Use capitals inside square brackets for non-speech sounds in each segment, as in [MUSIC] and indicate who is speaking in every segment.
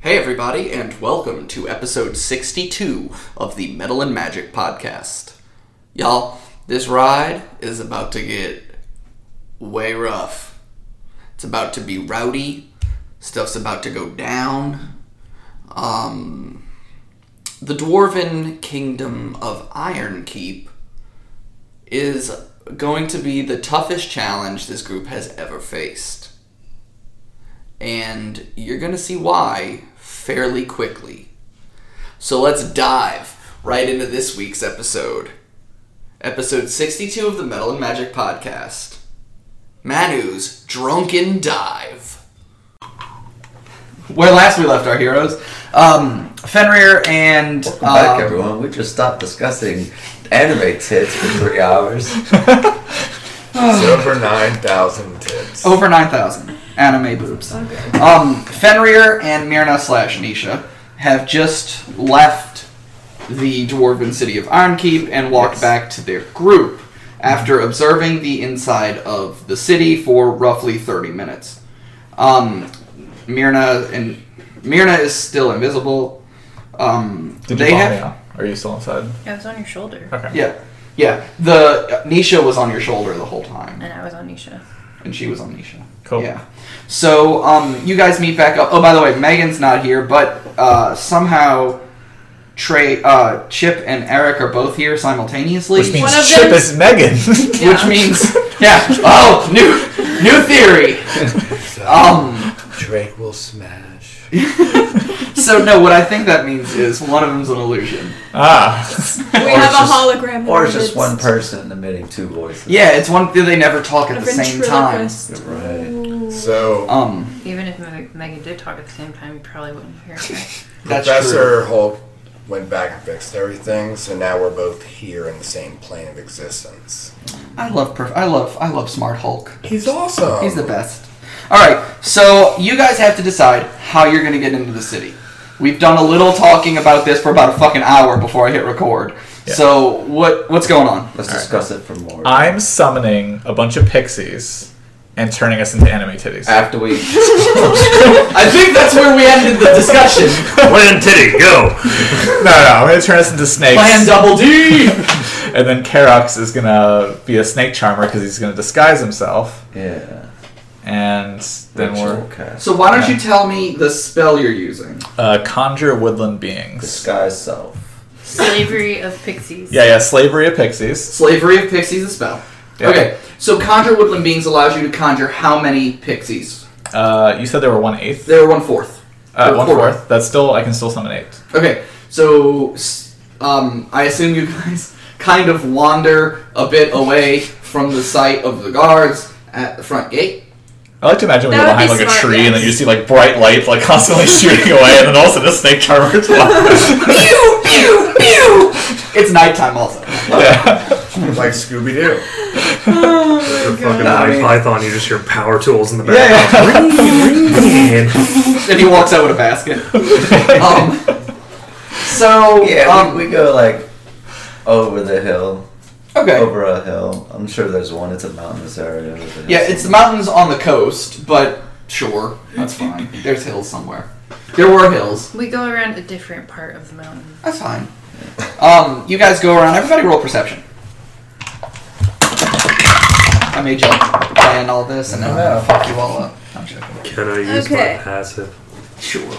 Speaker 1: Hey, everybody, and welcome to episode 62 of the Metal and Magic Podcast. Y'all, this ride is about to get way rough. It's about to be rowdy. Stuff's about to go down. Um, the Dwarven Kingdom of Ironkeep is going to be the toughest challenge this group has ever faced and you're going to see why fairly quickly. So let's dive right into this week's episode. Episode 62 of the Metal and Magic Podcast Manu's Drunken Dive. Where last we left our heroes, um, Fenrir and.
Speaker 2: Welcome back,
Speaker 1: um,
Speaker 2: everyone. We just stopped discussing anime tits for three hours.
Speaker 3: over 9,000 tips.
Speaker 1: Over 9,000 anime boobs. Um, Fenrir and Myrna slash Nisha have just left the dwarven city of Ironkeep and walked
Speaker 2: Yes.
Speaker 1: back to their group after observing the inside of the city for roughly 30 minutes. Um, Myrna and Myrna is still invisible. Um,
Speaker 4: Did
Speaker 1: they
Speaker 4: you
Speaker 1: have
Speaker 4: have... Are you still inside?
Speaker 5: I was on your shoulder,
Speaker 4: Okay.
Speaker 1: yeah yeah the uh, Nisha was on your shoulder the whole time.
Speaker 5: and I was on Nisha.
Speaker 1: and she was on Nisha.
Speaker 4: Cool.
Speaker 1: Yeah. So um, you guys meet back up. Oh, by the way, Megan's not here, but uh, somehow Trey, uh, Chip, and Eric are both here simultaneously.
Speaker 4: Which means
Speaker 5: One of
Speaker 4: Chip
Speaker 5: them-
Speaker 4: is Megan.
Speaker 1: Which
Speaker 5: [LAUGHS] Yeah.
Speaker 1: means- yeah. Oh, new new theory. Um.
Speaker 3: Drake will smash.
Speaker 1: [LAUGHS] So no, what I think that means is one of them's an illusion.
Speaker 4: ah.
Speaker 5: We
Speaker 2: Or
Speaker 5: have
Speaker 2: it's just-
Speaker 5: a hologram.
Speaker 2: Or
Speaker 5: in
Speaker 2: it's
Speaker 5: our
Speaker 2: just one
Speaker 5: midst.
Speaker 2: person emitting two voices.
Speaker 1: Yeah, it's one. They never talk
Speaker 5: A
Speaker 1: at the same time.
Speaker 5: ventriloquist.
Speaker 2: Right.
Speaker 3: So,
Speaker 1: Um.
Speaker 5: Even if Meg- Megan did talk at the same time, you probably wouldn't hear [LAUGHS] her.
Speaker 1: That's true.
Speaker 3: Professor Hulk went back and fixed everything, so now we're both here in the same plane of existence.
Speaker 1: I love. Prof- I love. I love Smart Hulk.
Speaker 3: He's awesome.
Speaker 1: He's the best. All right, so you guys have to decide how you're going to get into the city. We've done a little talking about this for about a fucking hour before I hit record.
Speaker 4: Yeah.
Speaker 1: So what what's going on?
Speaker 2: Let's discuss it for more.
Speaker 4: I'm summoning a bunch of pixies and turning us into anime titties.
Speaker 2: After we.
Speaker 1: I think that's where we ended the
Speaker 4: [LAUGHS]
Speaker 1: discussion.
Speaker 6: Plan titty, go!
Speaker 4: no, no, I'm gonna turn us into snakes.
Speaker 1: Plan double D.
Speaker 4: [LAUGHS] and then Kerox is gonna be a snake charmer because he's gonna disguise himself.
Speaker 2: Yeah.
Speaker 4: And then
Speaker 2: Ritual
Speaker 4: we're
Speaker 2: cast.
Speaker 1: So why don't you tell me the spell you're using?
Speaker 4: uh, conjure woodland beings.
Speaker 2: Disguise self.
Speaker 5: Slavery of pixies.
Speaker 4: Yeah, yeah, slavery of pixies.
Speaker 1: Slavery of pixies is a spell.
Speaker 4: Yeah.
Speaker 1: Okay. So conjure woodland beings allows you to conjure how many pixies?
Speaker 4: Uh, you said there were one eighth,
Speaker 1: They're one fourth.
Speaker 4: uh,
Speaker 1: Or
Speaker 4: one
Speaker 1: quarter.
Speaker 4: fourth. That's still I can still summon eight.
Speaker 1: Okay, so s- um, I assume you guys [LAUGHS] kind of wander a bit away from the sight of the guards at the front gate.
Speaker 4: I like to imagine we go
Speaker 5: That would
Speaker 4: behind
Speaker 5: be
Speaker 4: like a
Speaker 5: smart,
Speaker 4: tree and then
Speaker 5: yes.
Speaker 4: you see like bright lights like [LAUGHS] constantly shooting away and then all of a sudden a snake charmer
Speaker 5: [LAUGHS]
Speaker 4: is walking.
Speaker 1: pew pew pew. It's nighttime, also.
Speaker 4: yeah.
Speaker 3: like Scooby Doo.
Speaker 6: You're fucking
Speaker 2: Nah, I
Speaker 6: Monty
Speaker 2: mean-
Speaker 6: Python, you just hear power tools in the
Speaker 4: [LAUGHS] Yeah,
Speaker 6: back. [LAUGHS]
Speaker 1: And he walks out with a basket. [LAUGHS]
Speaker 5: [LAUGHS]
Speaker 1: Um, so
Speaker 2: Yeah,
Speaker 1: um,
Speaker 2: we, we go like over the hill,
Speaker 1: okay.
Speaker 2: over a hill. I'm sure there's one. It's a mountainous area. with a-
Speaker 1: Yeah, it's the mountains on the coast, but sure, that's fine. There's hills somewhere. There were hills.
Speaker 5: We go around a different part of the mountain.
Speaker 1: That's fine. Um, you guys go around. Everybody roll perception. I made you plan all this, and then I'm gonna fuck you all up. I'm joking.
Speaker 6: Can I use
Speaker 5: Okay.
Speaker 6: my passive?
Speaker 1: Sure.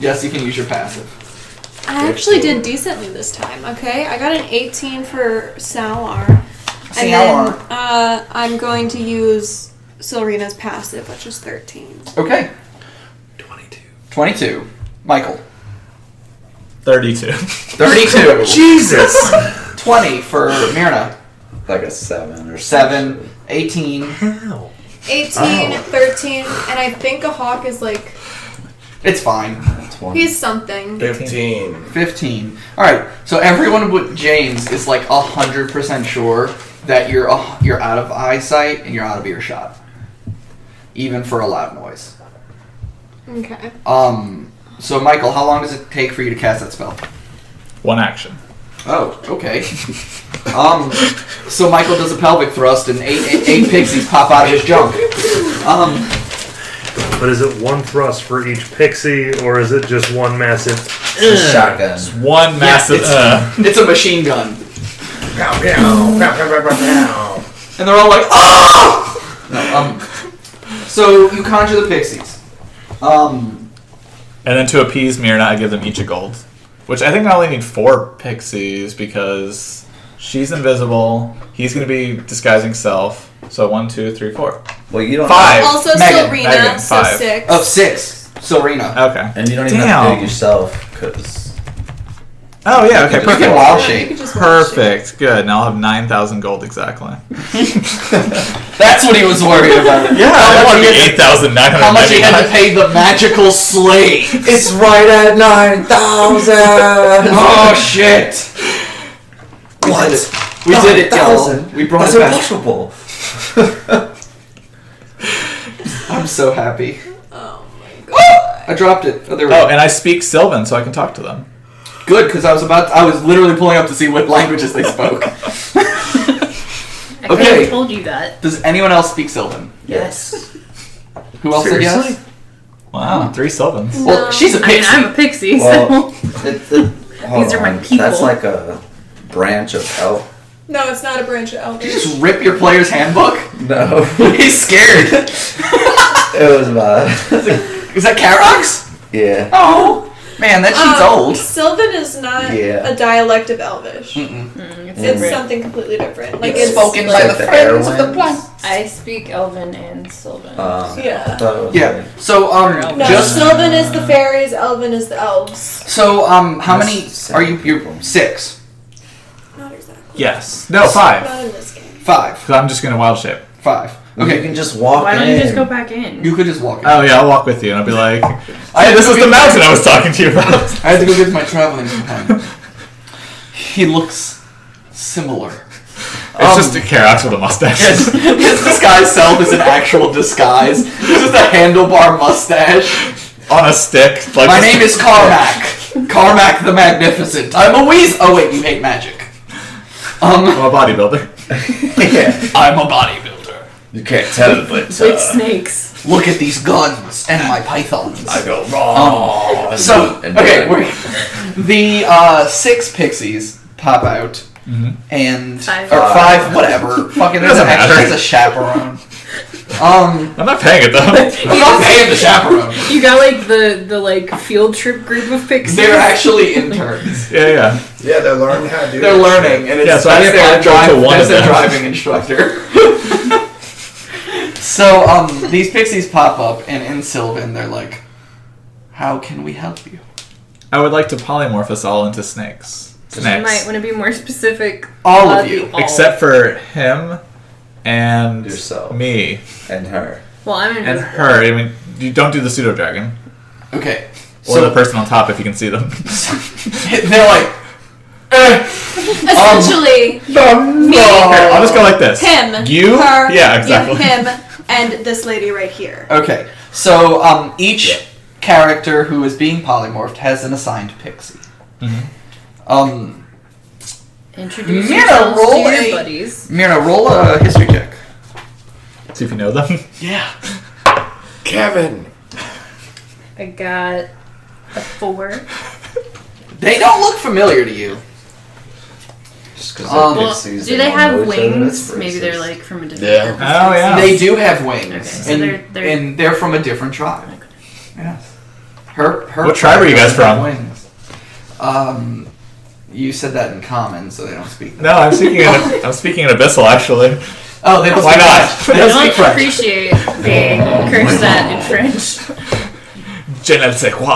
Speaker 1: Yes, you can use your passive.
Speaker 7: I actually did decently this time, okay? I got an 18 for Salwar. And then
Speaker 1: Salwar.
Speaker 7: uh, I'm going to use Silrina's passive, which is 13.
Speaker 1: Okay.
Speaker 6: 22.
Speaker 1: Twenty-two. Michael.
Speaker 4: 32.
Speaker 1: Thirty-two.
Speaker 6: Jesus!
Speaker 1: Twenty for Myrna.
Speaker 2: like a seven or
Speaker 1: Seven. Eighteen.
Speaker 6: How?
Speaker 7: 18, 13, and I think a hawk is like,
Speaker 1: It's fine.
Speaker 2: Twenty.
Speaker 7: he's something.
Speaker 3: 15.
Speaker 1: [LAUGHS] Fifteen. All right. So everyone but James is like hundred percent sure that you're uh, you're out of eyesight and you're out of earshot, even for a loud noise.
Speaker 7: Okay.
Speaker 1: Um. So, Michael, how long does it take for you to cast that spell?
Speaker 4: One action.
Speaker 1: Oh, okay. [LAUGHS] um. So Michael does a pelvic thrust, and eight, eight, eight pixies pop out of his junk. Um.
Speaker 6: [LAUGHS] But is it one thrust for each pixie, or is it just one massive?
Speaker 2: It's a shotgun.
Speaker 4: It's one massive.
Speaker 1: it's-
Speaker 4: uh,
Speaker 1: It's a machine gun.
Speaker 3: Pow, pow, pow, pow, pow, pow, pow.
Speaker 1: And they're all like, ah!
Speaker 2: Um,
Speaker 1: So you conjure the pixies. Um,
Speaker 4: and then to appease Mirna, I give them each a gold, which I think I only need four pixies because she's invisible. He's going to be disguising self. So one, two, three, four,
Speaker 2: well, you don't.
Speaker 4: five.
Speaker 7: Also,
Speaker 4: Megan,
Speaker 7: Serena,
Speaker 4: Megan,
Speaker 7: so
Speaker 4: five.
Speaker 7: six.
Speaker 1: of six. Serena.
Speaker 4: Okay.
Speaker 2: And you don't even have to do it yourself, because
Speaker 4: Oh yeah. Okay.
Speaker 2: You can
Speaker 4: Perfect.
Speaker 2: wild
Speaker 7: Yeah, you
Speaker 2: shape.
Speaker 7: could just watch it.
Speaker 4: Perfect. Good. Now I'll have nine thousand gold exactly.
Speaker 1: That's what he was worried about. [LAUGHS]
Speaker 4: Yeah.
Speaker 1: How
Speaker 4: I
Speaker 1: much
Speaker 4: want
Speaker 1: he
Speaker 4: to be
Speaker 1: had-
Speaker 4: eight thousand nine hundred.
Speaker 1: How much he had to pay the magical slave.
Speaker 2: it's right at nine thousand.
Speaker 1: [LAUGHS] Oh shit! We
Speaker 2: What?
Speaker 1: did it. We did it, y'all. We brought
Speaker 2: That's
Speaker 1: it back.
Speaker 2: impossible.
Speaker 1: I'm so happy.
Speaker 7: Oh my god.
Speaker 1: I dropped it. Oh, there we
Speaker 4: Oh,
Speaker 1: go.
Speaker 4: and I speak Sylvan, so I can talk to them.
Speaker 1: Good, because I was about. I was literally pulling up to see what [LAUGHS] languages they spoke.
Speaker 5: I could
Speaker 1: Okay.
Speaker 5: have told you that.
Speaker 1: Does anyone else speak Sylvan?
Speaker 5: Yes.
Speaker 1: Who else said yes?
Speaker 2: Seriously?
Speaker 4: Wow, three Sylvans.
Speaker 1: Well, she's a
Speaker 5: I mean,
Speaker 1: pixie.
Speaker 5: I'm a pixie,
Speaker 2: Well, [LAUGHS]
Speaker 5: [LAUGHS] so.
Speaker 2: it, it, hold
Speaker 5: These are my
Speaker 2: on.
Speaker 5: people.
Speaker 2: That's like a branch of elf.
Speaker 7: No, it's not a branch of
Speaker 1: Did
Speaker 7: elders.
Speaker 1: you just rip your player's handbook? [LAUGHS]
Speaker 2: No,
Speaker 1: He's scared.
Speaker 2: [LAUGHS] it was my
Speaker 1: Is that Karox?
Speaker 2: [LAUGHS] yeah.
Speaker 1: Oh man, that sheet's
Speaker 7: Um,
Speaker 1: old.
Speaker 7: Sylvan is not
Speaker 2: Yeah.
Speaker 7: a dialect of Elvish.
Speaker 5: Mm, It's
Speaker 7: It's
Speaker 5: different.
Speaker 7: something completely different. Like
Speaker 1: It's
Speaker 7: it's
Speaker 1: spoken
Speaker 7: like,
Speaker 1: by the
Speaker 2: air
Speaker 1: friends of the
Speaker 2: winds.
Speaker 1: plant.
Speaker 8: I speak Elven and Sylvan.
Speaker 1: Uh,
Speaker 2: Um, I
Speaker 7: Yeah.
Speaker 2: thought it was
Speaker 1: Yeah. So um,
Speaker 7: No,
Speaker 1: just
Speaker 7: Sylvan is the fairies, Elven is the elves.
Speaker 1: so um, how
Speaker 2: That's
Speaker 1: many
Speaker 2: seven
Speaker 1: are you? You're
Speaker 2: people.
Speaker 1: six,
Speaker 7: Not exactly.
Speaker 4: Yes. No, five.
Speaker 7: Not in this game.
Speaker 1: five,
Speaker 4: Because I'm just gonna wild shape.
Speaker 1: five.
Speaker 2: Okay, you
Speaker 1: Okay,
Speaker 2: can just walk
Speaker 5: Why
Speaker 2: in.
Speaker 5: don't you just go back in?
Speaker 1: you could just walk. in.
Speaker 4: Oh yeah, I'll walk with you, and I'll be like, "Hey, this is the mountain I was talking to you about."
Speaker 1: I had to go get my traveling companion. he looks similar.
Speaker 4: It's just a Karox with a mustache.
Speaker 1: His, his disguise self is an actual disguise. This is a handlebar mustache.
Speaker 4: [LAUGHS] on a stick. Like
Speaker 1: My name is Carmack. Carmack the Magnificent. I'm a Weas. Oh wait, you hate magic. Um, [LAUGHS]
Speaker 4: I'm a bodybuilder.
Speaker 2: yeah.
Speaker 1: I'm a bodybuilder.
Speaker 2: You can't tell, but
Speaker 5: With
Speaker 1: [LAUGHS]
Speaker 5: snakes.
Speaker 1: Look at these guns and my pythons. Um,
Speaker 2: go wrong.
Speaker 1: So okay, we're, the uh, six pixies pop out, and
Speaker 5: Five.
Speaker 1: or five, whatever. Fucking there's an
Speaker 4: Mm-hmm. Doesn't
Speaker 1: extra,
Speaker 4: matter.
Speaker 1: there's a chaperone. Um,
Speaker 4: I'm not paying it [LAUGHS] though.
Speaker 1: I'm not paying the chaperone.
Speaker 5: You got like the the like field trip group of pixies.
Speaker 1: They're
Speaker 5: [LAUGHS]
Speaker 1: actually interns.
Speaker 4: yeah, yeah.
Speaker 3: Yeah, they're learning how to do
Speaker 1: They're
Speaker 3: this
Speaker 1: learning,
Speaker 3: shit.
Speaker 1: and it's
Speaker 4: Yeah, so I
Speaker 1: that's
Speaker 4: get
Speaker 1: their
Speaker 4: five to
Speaker 1: drive,
Speaker 4: one
Speaker 1: that's
Speaker 4: of
Speaker 1: their
Speaker 4: them.
Speaker 1: driving instructor. [LAUGHS] so um, these pixies pop up, and in Sylvan, they're like, "How can we help you?"
Speaker 4: I would like to polymorph us all into snakes.
Speaker 5: You might
Speaker 4: Snakes,
Speaker 5: want to be more specific.
Speaker 1: All
Speaker 5: about
Speaker 1: of you,
Speaker 5: the all.
Speaker 4: except for him and
Speaker 2: Yourself.
Speaker 4: me
Speaker 2: and her.
Speaker 5: Well, I'm in
Speaker 4: and her. I mean, you don't do the pseudo dragon
Speaker 1: Okay,
Speaker 4: or
Speaker 1: so
Speaker 4: the person on top if you can see [LAUGHS] them.
Speaker 1: [LAUGHS] they're like, "Eh,
Speaker 7: Essentially,
Speaker 1: no."
Speaker 4: I'll just go like this.
Speaker 7: him,
Speaker 4: You?
Speaker 7: her,
Speaker 4: yeah, exactly.
Speaker 7: you, him, and this lady right here.
Speaker 1: Okay, so um, each character who is being polymorphed has an assigned pixie.
Speaker 4: Mm-hmm.
Speaker 1: Um,
Speaker 5: Introduce
Speaker 1: Mira,
Speaker 5: yourselves
Speaker 1: roll
Speaker 5: to
Speaker 1: a-
Speaker 5: your buddies.
Speaker 1: Mira, roll a history check.
Speaker 4: See if you know them. [LAUGHS]
Speaker 1: Yeah.
Speaker 3: Kevin.
Speaker 8: I got a four.
Speaker 1: They don't look familiar to you.
Speaker 2: Just because
Speaker 1: Um,
Speaker 2: they're
Speaker 5: Well,
Speaker 2: pixies, they
Speaker 5: do they
Speaker 2: don't know
Speaker 5: have
Speaker 2: each other,
Speaker 5: wings?
Speaker 2: that's
Speaker 5: Maybe they're
Speaker 2: racist.
Speaker 5: like from a different.
Speaker 3: Yeah.
Speaker 5: group of
Speaker 4: Oh,
Speaker 5: species.
Speaker 4: yeah.
Speaker 1: They do have wings,
Speaker 5: Okay, so
Speaker 1: and,
Speaker 5: they're- they're-
Speaker 1: and they're from a different tribe. Yes. Her, her
Speaker 4: What tribe are you guys
Speaker 1: doesn't have
Speaker 4: from?
Speaker 1: Wings. Um, you said that in common, so they don't speak.
Speaker 4: No, I'm speaking. In, I'm speaking in abyssal, actually.
Speaker 1: Oh, they don't
Speaker 4: Why
Speaker 1: speak
Speaker 4: not? [LAUGHS]
Speaker 1: French. They
Speaker 5: I
Speaker 1: don't
Speaker 5: don't
Speaker 1: speak French. [LAUGHS]
Speaker 5: appreciate being
Speaker 1: Oh,
Speaker 5: cursed at in French.
Speaker 4: Je ne sais quoi.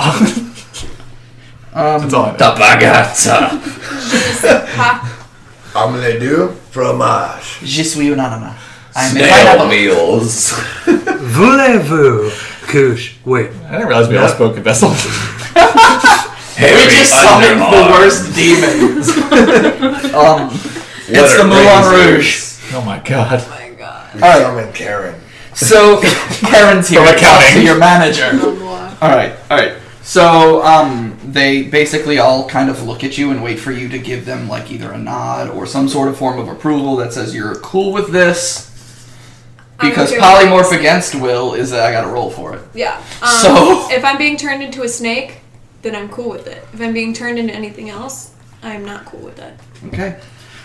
Speaker 1: Um,
Speaker 4: That's all I know.
Speaker 2: The bagata.
Speaker 3: I'm gonna do fromage.
Speaker 1: Je suis un anima. I'm a
Speaker 2: Snail
Speaker 1: pineapple.
Speaker 2: meals.
Speaker 6: Voulez-vous couche? Wait,
Speaker 4: I didn't realize we all spoke abyssal.
Speaker 1: We
Speaker 2: Hairy
Speaker 1: just summoned the
Speaker 2: underarm.
Speaker 1: worst demons. [LAUGHS] um, it's
Speaker 2: What
Speaker 1: the
Speaker 2: are
Speaker 1: Moulin
Speaker 2: razors?
Speaker 1: Rouge.
Speaker 4: [LAUGHS] oh my god.
Speaker 3: We
Speaker 1: All right.
Speaker 3: summon Karen.
Speaker 1: So Karen's here.
Speaker 4: From
Speaker 1: Talk
Speaker 4: accounting.
Speaker 1: to your manager. All right, all right. So um, they basically all kind of look at you and wait for you to give them like either a nod or some sort of form of approval that says you're cool with this. because
Speaker 7: okay with
Speaker 1: polymorph
Speaker 7: snake.
Speaker 1: against will is that I got to roll for it.
Speaker 7: Yeah. Um,
Speaker 1: So-
Speaker 7: if I'm being turned into a snake, then I'm cool with it. If I'm being turned into anything else, I'm not cool with it.
Speaker 1: Okay.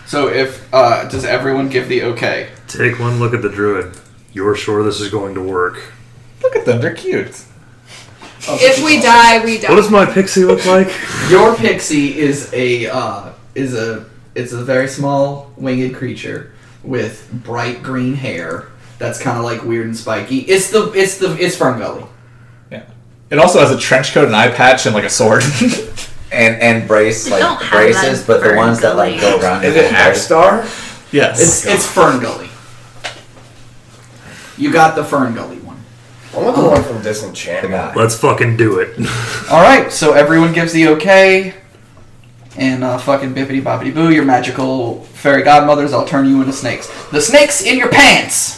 Speaker 1: So if uh, does everyone give the okay?
Speaker 6: Take one look at the druid. You're sure this is going to work.
Speaker 4: Look at them, they're cute.
Speaker 7: If we die, we die.
Speaker 6: What does my pixie look like?
Speaker 1: Your pixie is a uh, is a it's a very small winged creature with bright green hair that's kind of like weird and spiky. It's the it's the it's Ferngully.
Speaker 4: Yeah. It also has a trench coat, an eye patch, and like a sword. [LAUGHS]
Speaker 2: And and brace
Speaker 5: don't
Speaker 2: like
Speaker 5: have
Speaker 2: braces,
Speaker 5: that
Speaker 2: but the
Speaker 5: burn
Speaker 2: ones that like go
Speaker 5: going.
Speaker 2: around.
Speaker 9: Is
Speaker 2: your
Speaker 9: it
Speaker 2: whole
Speaker 9: Axe
Speaker 2: body.
Speaker 9: Star?
Speaker 4: yes.
Speaker 1: It's it's Ferngully. You got the Ferngully one.
Speaker 3: I want the
Speaker 1: Oh.
Speaker 3: one from
Speaker 2: The
Speaker 3: Disenchantment.
Speaker 2: guy.
Speaker 6: Let's fucking do it.
Speaker 1: All right, so everyone gives the okay, and uh, fucking bippity boppity boo, your magical fairy godmothers, I'll turn you into snakes. The snakes in your pants.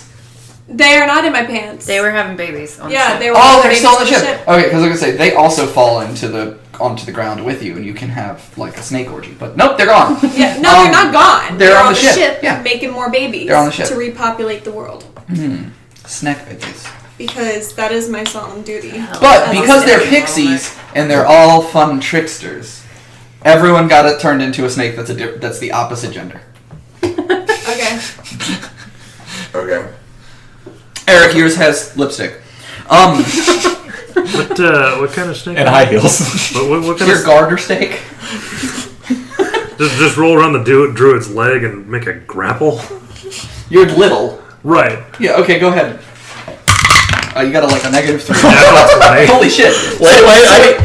Speaker 7: They are not in my pants.
Speaker 5: They were having babies. On
Speaker 7: Yeah,
Speaker 5: the
Speaker 7: they were.
Speaker 1: Oh, they're
Speaker 7: babies
Speaker 1: still on the
Speaker 7: and
Speaker 1: ship. Okay, because I was gonna say they also fall into the onto the ground with you, and you can have like a snake orgy. But nope, they're gone.
Speaker 7: [LAUGHS] Yeah, no,
Speaker 1: Um,
Speaker 7: they're not gone.
Speaker 1: they're on
Speaker 7: on
Speaker 1: the
Speaker 7: the
Speaker 1: ship, yeah.
Speaker 7: making more babies.
Speaker 1: They're on the ship.
Speaker 7: to repopulate the world
Speaker 1: Snack bitches.
Speaker 7: because that is my solemn duty.
Speaker 1: But
Speaker 7: I don't
Speaker 1: because they're
Speaker 7: know.
Speaker 1: pixies and they're all fun tricksters, everyone got it turned into a snake that's a di- that's the opposite gender.
Speaker 7: Okay,
Speaker 3: Okay.
Speaker 1: Eric, yours has lipstick.
Speaker 7: [LAUGHS]
Speaker 1: Um,
Speaker 6: [LAUGHS] What uh, what kind of snake?
Speaker 4: and high heels.
Speaker 6: What, what, what kind
Speaker 1: your
Speaker 6: of,
Speaker 1: garter snake.
Speaker 6: just, just roll around the du- druid's leg and make a grapple?
Speaker 1: You're little.
Speaker 6: Right.
Speaker 1: Yeah, okay, go ahead. Uh, you got a, like a negative three.
Speaker 4: [LAUGHS]
Speaker 6: That's right.
Speaker 1: Holy shit.
Speaker 4: [LAUGHS] wait, wait,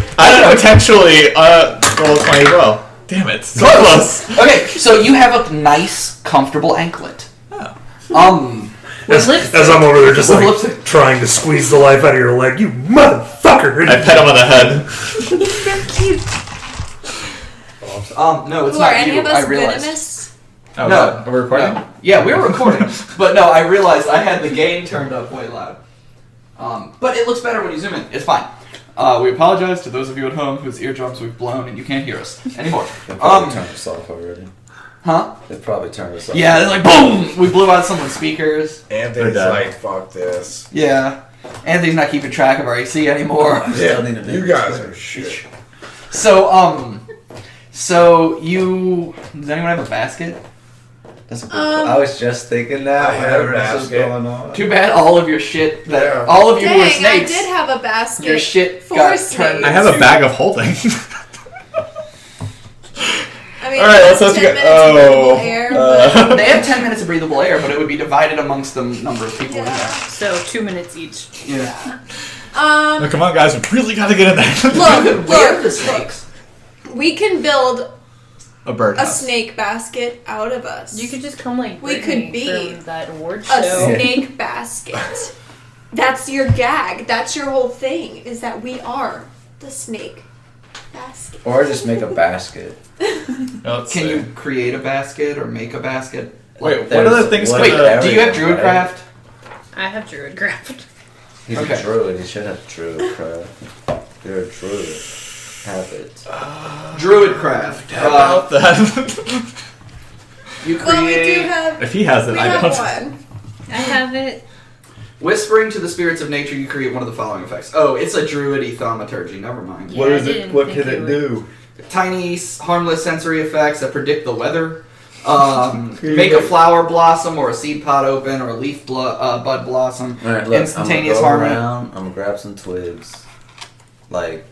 Speaker 4: I, I don't know, potentially, uh, roll 20 as well. Damn it. So close.
Speaker 1: Okay, so you have a nice, comfortable anklet.
Speaker 4: Oh.
Speaker 1: Um,
Speaker 6: As,
Speaker 5: lipstick.
Speaker 6: as I'm over there just
Speaker 1: With
Speaker 6: like
Speaker 1: lipstick.
Speaker 6: trying to squeeze the life out of your leg, you motherfucker!
Speaker 4: I pet him on the head.
Speaker 1: um, no, it's
Speaker 7: who
Speaker 1: not
Speaker 7: are any
Speaker 1: you,
Speaker 7: of us
Speaker 1: I realized.
Speaker 7: venomous?
Speaker 4: Oh,
Speaker 1: No.
Speaker 4: God. Are we recording?
Speaker 1: No. Yeah, we were
Speaker 4: [LAUGHS]
Speaker 1: recording, but no, I realized I had the gain turned up way loud. Um, but it looks better when you zoom in. It's fine. Uh, we apologize to those of you at home whose eardrums we've blown and you can't hear us anymore.
Speaker 2: They probably
Speaker 1: Um,
Speaker 2: turned us off already.
Speaker 1: huh?
Speaker 2: They probably turned us off.
Speaker 1: Yeah, they're like boom. We blew out someone's speakers.
Speaker 3: Anthony's
Speaker 4: They're dead.
Speaker 3: like, fuck this.
Speaker 1: Yeah, Anthony's not keeping track of our AC anymore.
Speaker 2: Still need to
Speaker 3: You
Speaker 2: do
Speaker 3: guys
Speaker 2: this.
Speaker 3: are shit.
Speaker 1: So um, so you does anyone have a basket?
Speaker 2: That's a good call. I was just thinking that
Speaker 3: I had a
Speaker 2: whenever this was
Speaker 3: basket.
Speaker 2: going on.
Speaker 1: Too bad all of your shit that
Speaker 3: Yeah.
Speaker 1: all of you who are
Speaker 7: Dang, I
Speaker 1: snakes,
Speaker 7: did have a basket.
Speaker 1: your shit
Speaker 7: for
Speaker 1: got
Speaker 7: snakes.
Speaker 1: turned.
Speaker 4: I have a bag of holding. [LAUGHS]
Speaker 7: I mean,
Speaker 4: All right,
Speaker 7: that's
Speaker 4: let's have to
Speaker 7: 10
Speaker 4: go-
Speaker 7: minutes
Speaker 4: oh,
Speaker 7: of air, [LAUGHS]
Speaker 4: uh,
Speaker 7: but-
Speaker 1: They have ten minutes of breathable air, but it would be divided amongst the number of people
Speaker 7: Yeah.
Speaker 5: So two minutes each.
Speaker 1: in there. Yeah.
Speaker 7: Um,
Speaker 4: No, come on, guys. We really gotta get in there.
Speaker 1: You
Speaker 4: [LAUGHS]
Speaker 7: Look,
Speaker 1: could
Speaker 7: look,
Speaker 1: wear the
Speaker 7: look.
Speaker 1: snakes.
Speaker 7: we can build
Speaker 4: a bird.
Speaker 7: a snake basket out of us.
Speaker 8: You could just come like
Speaker 7: We
Speaker 8: Brittany
Speaker 7: could be
Speaker 8: from that award
Speaker 7: a
Speaker 8: show.
Speaker 7: snake basket. That's your gag. That's your whole thing. Is that we are the snake basket.
Speaker 2: Or just make a basket.
Speaker 1: Can you create a basket or make a basket?
Speaker 4: Wait, what
Speaker 2: There's
Speaker 4: are the things?
Speaker 2: one
Speaker 4: that,
Speaker 1: Wait,
Speaker 4: uh,
Speaker 2: area,
Speaker 1: do you have
Speaker 2: right?
Speaker 1: druidcraft?
Speaker 8: I have druid graft.
Speaker 2: He's
Speaker 1: Okay.
Speaker 2: a druid. He should have druid craft. You're a druid. Have it.
Speaker 1: Druidcraft. Uh,
Speaker 4: about that? [LAUGHS]
Speaker 1: you create.
Speaker 7: Well, we do have
Speaker 4: if he has it,
Speaker 7: we
Speaker 4: I
Speaker 7: have
Speaker 4: don't.
Speaker 7: [LAUGHS] one.
Speaker 8: [LAUGHS] I have it.
Speaker 1: Whispering to the spirits of nature, you create one of the following effects. Oh, it's a druidy thaumaturgy. Never mind.
Speaker 8: What Yeah, is I it- didn't what think can it it would.
Speaker 2: do?
Speaker 1: tiny s- harmless sensory effects that predict the
Speaker 2: [LAUGHS]
Speaker 1: weather um, make a flower blossom or a seed pod open or a leaf blo- uh, bud blossom
Speaker 2: All right, look,
Speaker 1: instantaneous
Speaker 2: I'm gonna go
Speaker 1: harmony
Speaker 2: around, I'm gonna grab some twigs, like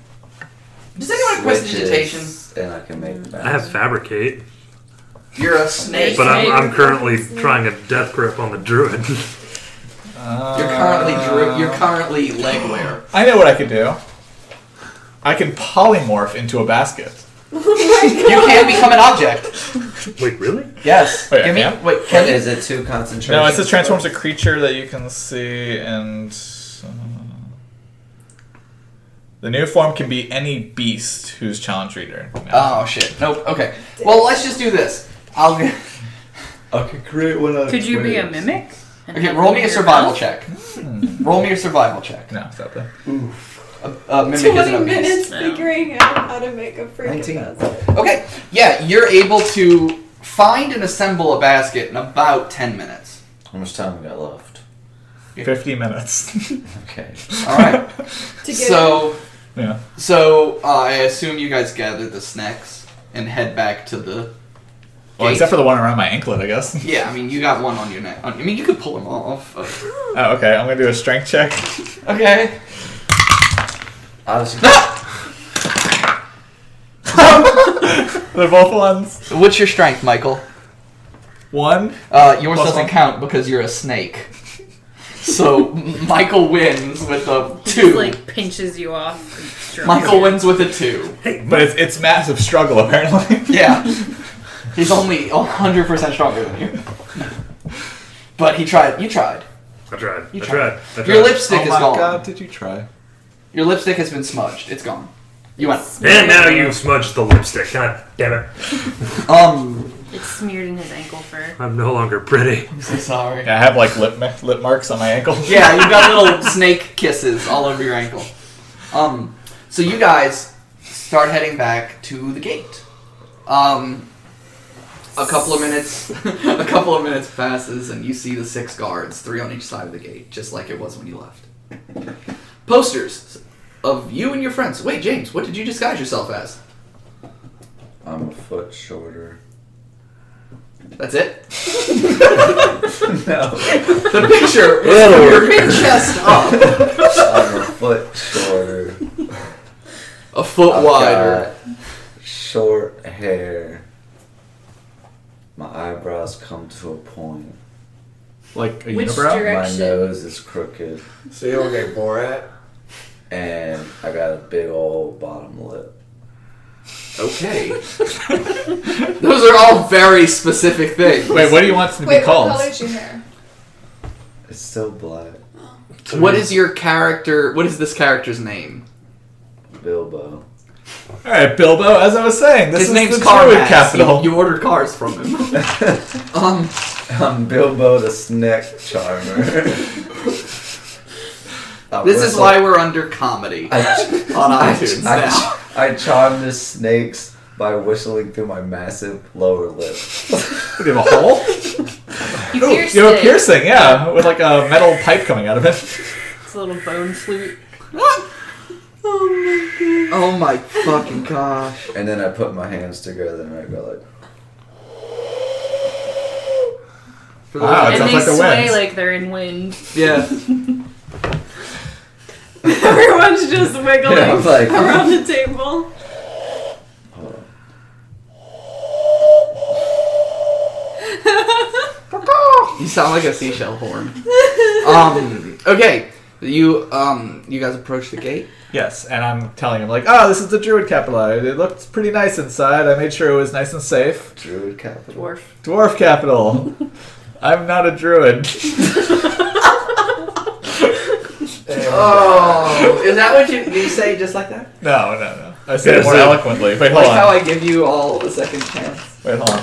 Speaker 1: does anyone have prestidigitation
Speaker 2: switches, and I can make. a
Speaker 6: I have fabricate,
Speaker 1: you're a snake
Speaker 6: but I'm, I'm currently
Speaker 7: Snake.
Speaker 6: trying a death grip on the druid. [LAUGHS]
Speaker 1: you're currently
Speaker 2: Uh.
Speaker 1: dri- you're currently leg wear
Speaker 4: Uh, I know what I could do. I can polymorph into a basket.
Speaker 1: you can become an object
Speaker 6: Wait, really?
Speaker 1: yes
Speaker 4: Wait, I
Speaker 1: give me
Speaker 4: am?
Speaker 1: wait
Speaker 2: What
Speaker 1: can you
Speaker 2: is it? Two concentration.
Speaker 4: No, it says transforms a creature that you can see, and uh, the new form can be any beast who's challenge reader. No.
Speaker 1: oh shit nope okay well let's just do this I'll g-
Speaker 2: [LAUGHS] I could create one of.
Speaker 5: Could you be a mimic? And
Speaker 1: okay
Speaker 5: have
Speaker 1: roll
Speaker 5: them
Speaker 1: me
Speaker 5: in
Speaker 1: a
Speaker 5: your
Speaker 1: survival
Speaker 5: mouth? [LAUGHS]
Speaker 1: check roll me a survival check
Speaker 4: no, stop that.
Speaker 1: uh, uh, mimic is an
Speaker 7: Twenty
Speaker 1: obese.
Speaker 7: minutes
Speaker 5: now.
Speaker 7: figuring out how to make a
Speaker 2: 19.
Speaker 7: freaking basket.
Speaker 1: Okay, yeah, you're able to find and assemble a basket in about 10 minutes.
Speaker 2: How much time we got left?
Speaker 4: Fifty minutes.
Speaker 1: Okay. All
Speaker 4: [LAUGHS]
Speaker 1: right.
Speaker 7: To get
Speaker 1: so,
Speaker 4: yeah.
Speaker 1: so uh, I assume you guys gather the snacks and head back to the.
Speaker 4: Well,
Speaker 1: gate.
Speaker 4: except for the one around my anklet, I guess. [LAUGHS]
Speaker 1: Yeah, I mean, you got one on your neck. I mean, you could pull them off. Uh,
Speaker 4: Oh, okay. I'm gonna do a strength check. [LAUGHS]
Speaker 1: Okay.
Speaker 2: Honestly,
Speaker 4: They're both ones.
Speaker 1: What's your strength, Michael?
Speaker 4: One.
Speaker 1: Uh, yours
Speaker 4: Plus
Speaker 1: doesn't
Speaker 4: one.
Speaker 1: count because you're a snake.
Speaker 4: [LAUGHS]
Speaker 1: So M- Michael wins with a
Speaker 8: Just,
Speaker 1: two.
Speaker 8: like pinches you off.
Speaker 1: [LAUGHS]
Speaker 8: and strokes
Speaker 1: Michael
Speaker 8: you.
Speaker 1: wins with a two.
Speaker 4: But it's, it's massive struggle [LAUGHS] apparently.
Speaker 1: Yeah. He's only hundred percent stronger than you. But he tried. You tried.
Speaker 6: I tried.
Speaker 1: You
Speaker 6: I
Speaker 1: tried.
Speaker 6: tried. I tried.
Speaker 1: Your lipstick is gone.
Speaker 4: Oh did you try?
Speaker 1: Your lipstick has been smudged. It's gone. You went.
Speaker 6: And now you've smudged the lipstick. God damn it.
Speaker 1: Um.
Speaker 8: It's smeared in his ankle fur.
Speaker 6: I'm no longer pretty.
Speaker 1: I'm so sorry.
Speaker 4: Yeah, I have like lip ma- lip marks on my ankle. [LAUGHS]
Speaker 1: Yeah, you've got little snake kisses all over your ankle. Um, so you guys start heading back to the gate. Um, a couple of minutes, [LAUGHS] a couple of minutes passes, and you see the six guards, three on each side of the gate, just like it was when you left. Posters of you and your friends. Wait, James, what did you disguise yourself as?
Speaker 2: I'm a foot shorter.
Speaker 1: That's [LAUGHS] it.
Speaker 2: No,
Speaker 1: The picture is from your big chest up,
Speaker 2: I'm
Speaker 1: [LAUGHS]
Speaker 2: a foot shorter.
Speaker 1: a foot
Speaker 2: I've
Speaker 1: wider.
Speaker 2: got Short hair. My eyebrows come to a point.
Speaker 4: Like a
Speaker 8: Which
Speaker 4: unibrow.
Speaker 8: direct- Direction.
Speaker 2: My nose is crooked,
Speaker 3: So you don't get
Speaker 1: [LAUGHS]
Speaker 3: Borat?
Speaker 2: and I got a big old bottom lip.
Speaker 1: Okay. [LAUGHS] Those are all very specific things.
Speaker 4: Wait, what do you want it to
Speaker 7: Wait,
Speaker 4: be
Speaker 7: what
Speaker 4: called?
Speaker 7: color is your [LAUGHS] hair?
Speaker 2: It's still black.
Speaker 1: What is your character? What is this character's name?
Speaker 2: Bilbo. [LAUGHS]
Speaker 4: All right, Bilbo. As I was saying, this
Speaker 1: His
Speaker 4: is
Speaker 1: name's
Speaker 4: the druid
Speaker 1: Carmax.
Speaker 4: capital.
Speaker 1: You, you ordered cars from
Speaker 4: [LAUGHS]
Speaker 1: him. um,
Speaker 2: I'm Bilbo the
Speaker 1: [LAUGHS]
Speaker 2: Snack Charmer. I
Speaker 1: this is
Speaker 2: whistle-
Speaker 1: why we're under comedy [LAUGHS]
Speaker 2: I,
Speaker 1: on
Speaker 2: I,
Speaker 1: iTunes now.
Speaker 2: I, I charm the snakes by whistling through my massive lower lip.
Speaker 4: you have a hole.
Speaker 1: [LAUGHS]
Speaker 8: You
Speaker 1: Oh,
Speaker 4: Ooh,
Speaker 8: pierced
Speaker 4: you have a
Speaker 8: it.
Speaker 4: piercing. Yeah, with like a metal pipe coming out of it. [LAUGHS]
Speaker 8: It's a little bone flute.
Speaker 1: Oh my fucking gosh!
Speaker 2: And then I put my hands together and I go like,
Speaker 1: For the-
Speaker 4: Wow, it
Speaker 8: and
Speaker 4: sounds
Speaker 8: they
Speaker 4: like the
Speaker 8: sway
Speaker 4: wind.
Speaker 8: like they're in wind. [LAUGHS]
Speaker 1: Yeah.
Speaker 8: Everyone's just wiggling
Speaker 2: Yeah, I'm like-
Speaker 8: [LAUGHS] around the table. [LAUGHS]
Speaker 1: You sound like a seashell horn. Um. Okay. You um. You guys approach the gate.
Speaker 4: Yes, and I'm telling him like, oh, this is the druid capital. It looked pretty nice inside. I made sure it was nice and safe.
Speaker 2: Druid Capital.
Speaker 8: Dwarf.
Speaker 4: Dwarf capital. [LAUGHS] I'm not a druid. [LAUGHS]
Speaker 1: Oh, is that what you, you say just like that?
Speaker 4: No, no, no. I said it
Speaker 6: Yes,
Speaker 4: more
Speaker 6: sir.
Speaker 4: eloquently. Wait, hold
Speaker 1: like how
Speaker 4: on.
Speaker 1: I give you all the second chance.
Speaker 4: Wait, hold on.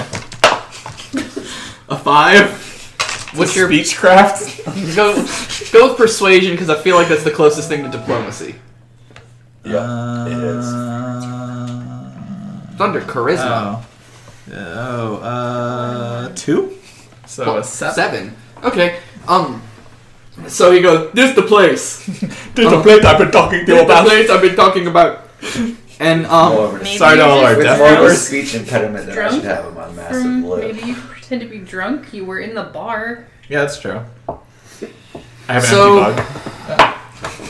Speaker 1: A five. What's your
Speaker 4: speechcraft?
Speaker 1: [LAUGHS]
Speaker 4: [LAUGHS]
Speaker 1: go? Go with persuasion because I feel like that's the closest thing to diplomacy.
Speaker 4: Uh,
Speaker 2: Yeah, it is.
Speaker 1: It's under charisma.
Speaker 4: Oh. Oh, uh, two? So
Speaker 1: Well,
Speaker 4: a seven.
Speaker 1: seven. Okay. Um. So you go. This the
Speaker 4: [LAUGHS]
Speaker 1: place. This
Speaker 4: This
Speaker 1: Uh-huh.
Speaker 4: the plate I've been talking to you
Speaker 1: the
Speaker 4: about.
Speaker 1: place I've been talking about. And
Speaker 2: More
Speaker 1: um.
Speaker 2: of
Speaker 8: Maybe
Speaker 2: a,
Speaker 4: Sorry to all
Speaker 8: you
Speaker 4: our
Speaker 8: just-
Speaker 2: with
Speaker 4: deaf
Speaker 2: more of a
Speaker 4: viewers.
Speaker 2: speech impediment than I
Speaker 8: Drunk
Speaker 2: should have with my massive
Speaker 8: from-
Speaker 2: lip.
Speaker 8: Maybe you pretend to be drunk. You were in the bar.
Speaker 4: Yeah, that's true. I have an
Speaker 1: So-
Speaker 4: empty mug.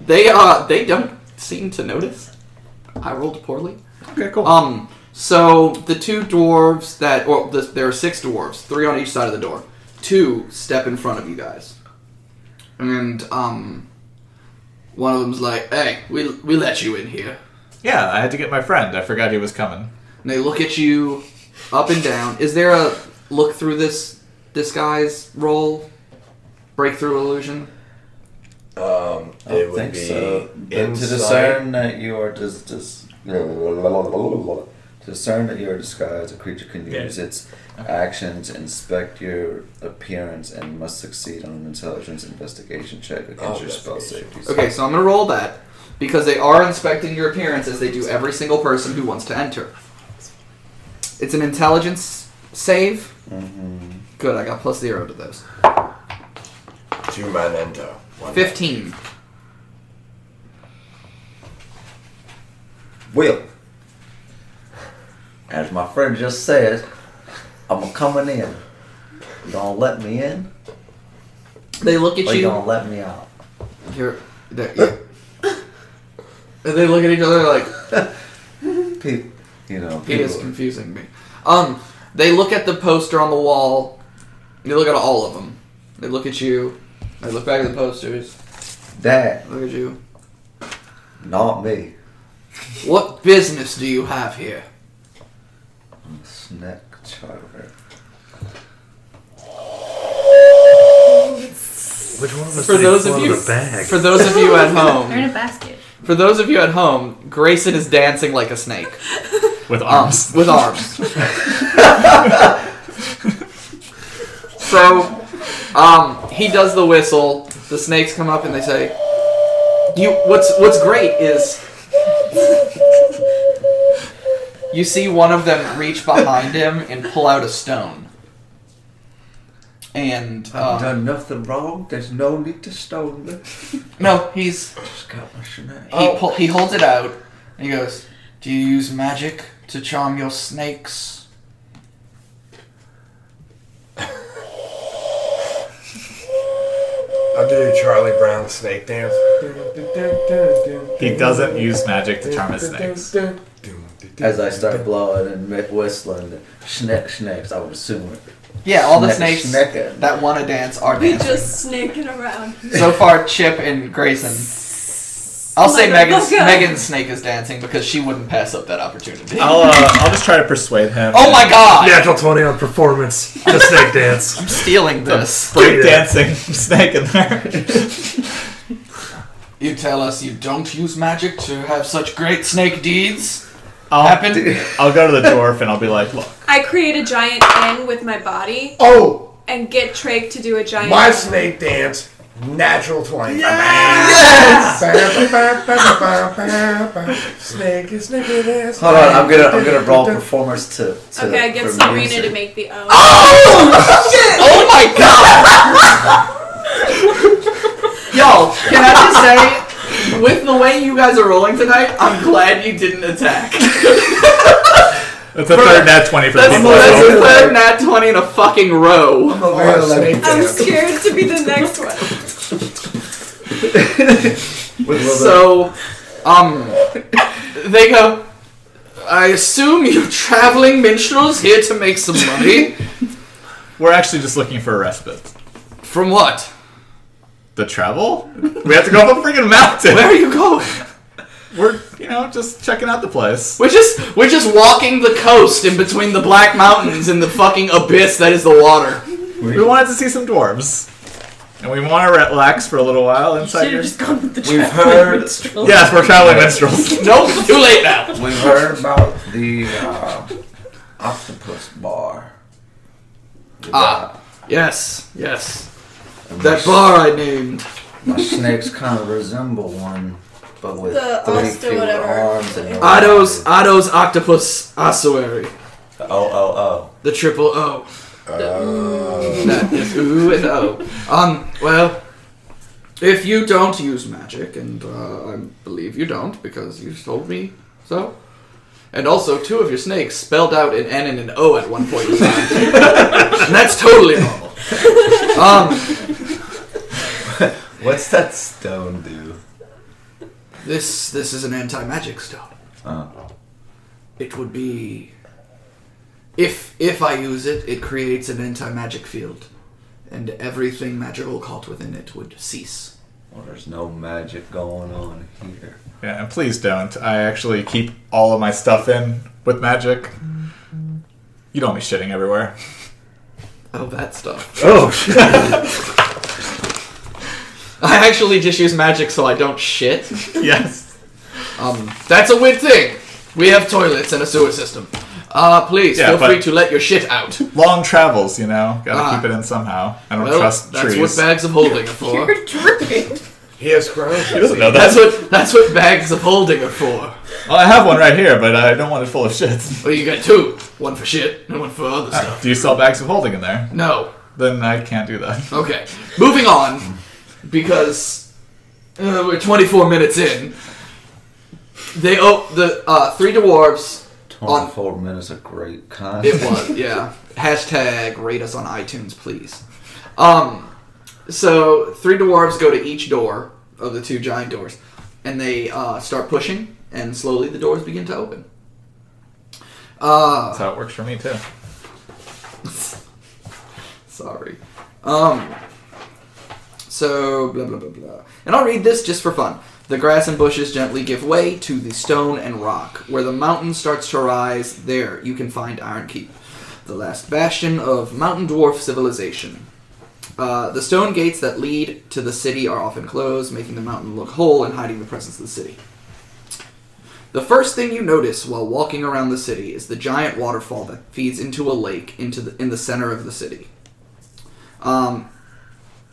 Speaker 1: They uh. They don't seem to notice. I rolled poorly.
Speaker 4: Okay, cool.
Speaker 1: Um. So the two dwarves that, well, the, there are six dwarves, three on each side of the door. Two step in front of you guys, and um, one of them's like, "Hey, we we let you in here."
Speaker 4: yeah, I had to get my friend. I forgot he was coming.
Speaker 1: And they look at you up and down. Is there a look through this disguise roll? Breakthrough illusion.
Speaker 3: Um,
Speaker 2: I
Speaker 3: it
Speaker 2: don't
Speaker 3: would
Speaker 2: think
Speaker 3: be
Speaker 2: so. And to
Speaker 3: insight.
Speaker 2: discern that you are dis- dis- to discern that you are disguised, a creature can
Speaker 4: Yeah.
Speaker 2: use its actions, inspect your appearance, and must succeed on an intelligence investigation check against your spell
Speaker 3: Investigation.
Speaker 2: safety.
Speaker 1: Okay, so I'm gonna roll that because they are inspecting your appearance as they do every single person who wants to enter. It's an intelligence save.
Speaker 2: Mhm.
Speaker 1: Good, I got plus zero to those.
Speaker 3: to Manento. One-
Speaker 1: 15.
Speaker 2: Will, as my friend just said, I'm a coming in. You gonna let me in,
Speaker 1: They look at
Speaker 2: or Oh, you
Speaker 1: you.
Speaker 2: gonna let me out?
Speaker 1: You're, they're- yeah. and they look at each other like,
Speaker 2: People, you know,
Speaker 1: It is
Speaker 2: people-
Speaker 1: confusing me. Um, they look at the poster on the wall. They look at all of them. They look at you. They look back at the posters.
Speaker 2: that
Speaker 1: They Look at you.
Speaker 2: not me.
Speaker 1: What business do you have here?
Speaker 2: I'm a snack charter.
Speaker 6: Which one of us
Speaker 1: For
Speaker 6: did he
Speaker 1: those
Speaker 6: pull
Speaker 1: of
Speaker 6: out
Speaker 1: you,
Speaker 6: the bag?
Speaker 1: for those of
Speaker 8: [LAUGHS]
Speaker 1: you
Speaker 5: [LAUGHS]
Speaker 1: at
Speaker 5: They're in
Speaker 1: home,
Speaker 5: a basket.
Speaker 1: for those of you at home, Grayson is dancing like a snake
Speaker 4: with
Speaker 1: um,
Speaker 4: arms.
Speaker 1: with arms. so, um, he does the whistle. The snakes come up and they say, "You." What's What's great is you see one of them reach behind him and pull out a stone. And
Speaker 2: I've
Speaker 1: um,
Speaker 2: done nothing wrong. There's no need to stone me.
Speaker 1: no, he's
Speaker 2: Just got my snack.
Speaker 1: he pull, he holds it out and he goes, "Do you use magic to charm your snakes?"
Speaker 3: I'll do your Charlie Brown snake dance.
Speaker 4: He doesn't use magic to
Speaker 1: [LAUGHS]
Speaker 4: charm his snakes.
Speaker 2: As I start blowing and mi- whistling, snack snacks. I would assume
Speaker 1: Yeah, all the
Speaker 2: Snack-
Speaker 1: snakes
Speaker 2: snacking.
Speaker 1: that want to dance are
Speaker 7: We
Speaker 1: dancing.
Speaker 7: just snaking around.
Speaker 1: So far, Chip and Grayson. I'll
Speaker 7: Oh
Speaker 1: say Megan's,
Speaker 7: Motherfucker.
Speaker 1: Megan's snake is dancing because she wouldn't pass up that opportunity.
Speaker 4: I'll uh, I'll just try to persuade him.
Speaker 1: oh my god!
Speaker 6: Natural 20 on performance. The snake dance.
Speaker 1: I'm stealing this.
Speaker 4: [LAUGHS] Break dancing [LAUGHS] snake in there.
Speaker 1: You tell us you don't use magic to have such great snake deeds
Speaker 4: I'll,
Speaker 1: happen?
Speaker 4: I'll go to the dwarf and I'll be like, look,
Speaker 7: I create a giant N with my body
Speaker 3: Oh,
Speaker 7: and get Drake to do a giant.
Speaker 3: my snake dance. Natural 20. Snake is snake dance.
Speaker 2: Hold on, I'm gonna I'm gonna
Speaker 1: [LAUGHS]
Speaker 2: roll performance to. to
Speaker 7: Okay, I get
Speaker 2: for
Speaker 7: Serena
Speaker 2: music.
Speaker 7: to make the O.
Speaker 1: Oh my god! Yo, can I just say, with the way you guys are rolling tonight, I'm glad you didn't attack.
Speaker 4: that's a third nat twenty for the
Speaker 1: That's,
Speaker 4: people.
Speaker 1: that's
Speaker 4: at
Speaker 1: the
Speaker 4: home.
Speaker 1: third nat 20 in a fucking row.
Speaker 2: I'm over
Speaker 3: Our
Speaker 2: here like,
Speaker 3: Oh, snake
Speaker 7: I'm
Speaker 3: dance.
Speaker 7: scared to be the [LAUGHS] next one.
Speaker 2: with a little
Speaker 1: So, um, they go. I assume you traveling minstrels here to make some money.
Speaker 4: We're actually just looking for a respite.
Speaker 1: From what?
Speaker 4: The travel? We have to go up a freaking mountain.
Speaker 1: Where are you going?
Speaker 4: We're you know just checking out the place.
Speaker 1: We're just we're just walking the coast in between the black mountains and the fucking abyss that is the water.
Speaker 4: We wanted to see some dwarves, and we want to relax for a little while inside
Speaker 8: Should
Speaker 4: your.
Speaker 8: have just gone with the [LAUGHS]
Speaker 2: We've
Speaker 8: traveling
Speaker 2: heard-
Speaker 8: minstrel.
Speaker 4: Yes, we're traveling minstrels. [LAUGHS]
Speaker 1: Nope, too late now.
Speaker 2: We heard about the uh, octopus bar.
Speaker 1: Ah. Yes, yes.
Speaker 2: And my
Speaker 1: That
Speaker 2: s-
Speaker 1: bar I named.
Speaker 2: My snakes kind of resemble one, but with
Speaker 7: The
Speaker 2: three
Speaker 7: Osta
Speaker 2: fewer
Speaker 7: whatever.
Speaker 2: arms and no
Speaker 1: Otto's
Speaker 2: body.
Speaker 1: Otto's octopus ossuary.
Speaker 2: The O O Oh.
Speaker 1: The triple O. That is ooh and oh. Um, well, if you don't use magic, and uh, I believe you don't because you told me so, and also two of your snakes spelled out an N and an O at one point in time,
Speaker 2: [LAUGHS]
Speaker 1: and that's totally normal. Um,
Speaker 2: O. What's that stone do?
Speaker 1: this this is an anti-magic stone. Uh-huh. It would be if if I use it, it creates an anti-magic field, and everything magical caught within it would cease.
Speaker 2: Well, Oh, there's no magic going on here.
Speaker 4: Yeah, and please don't. I actually keep all of my stuff in with magic. You don't be shitting everywhere.
Speaker 1: Oh, that stuff.
Speaker 4: [LAUGHS] Oh shit!
Speaker 1: I actually just use magic so I don't shit.
Speaker 4: yes.
Speaker 1: Um, that's a weird thing. We have toilets and a sewer system. Uh, please
Speaker 4: Yeah,
Speaker 1: feel
Speaker 4: but-
Speaker 1: free to let your shit out.
Speaker 4: Long travels, you know. Gotta
Speaker 1: Ah.
Speaker 4: keep it in somehow. I don't
Speaker 1: Well,
Speaker 4: trust
Speaker 1: that's
Speaker 4: trees.
Speaker 1: what bags of holding are
Speaker 4: [LAUGHS]
Speaker 1: for.
Speaker 8: You're dripping.
Speaker 3: He has Crohn's.
Speaker 4: He doesn't know that.
Speaker 1: That's what that's what bags of holding are for.
Speaker 4: Well, I have one right here, but I don't want it full of shit. [LAUGHS]
Speaker 1: Well, you got two. One for shit and one for
Speaker 4: Uh,
Speaker 1: other stuff.
Speaker 4: Do you sell bags of holding in there?
Speaker 1: No.
Speaker 4: Then I can't do that.
Speaker 1: Okay. Moving on. because uh, we're 24 minutes in. They oh the uh, three dwarves. On-
Speaker 2: Twenty-four minutes of great content.
Speaker 1: It was yeah. Hashtag rate us on iTunes, please. Um, so three dwarves go to each door of the two giant doors, and they uh, start pushing, and slowly the doors begin to open. Uh,
Speaker 4: That's how it works for me too.
Speaker 1: Sorry. Um. So blah blah blah blah. And I'll read this just for fun. The grass and bushes gently give way to the stone and rock. Where the mountain starts to rise, there you can find Iron Keep, the last bastion of mountain dwarf civilization. Uh, the stone gates that lead to the city are often closed, making the mountain look whole and hiding the presence of the city. The first thing you notice while walking around the city is the giant waterfall that feeds into a lake into the, in the center of the city. Um,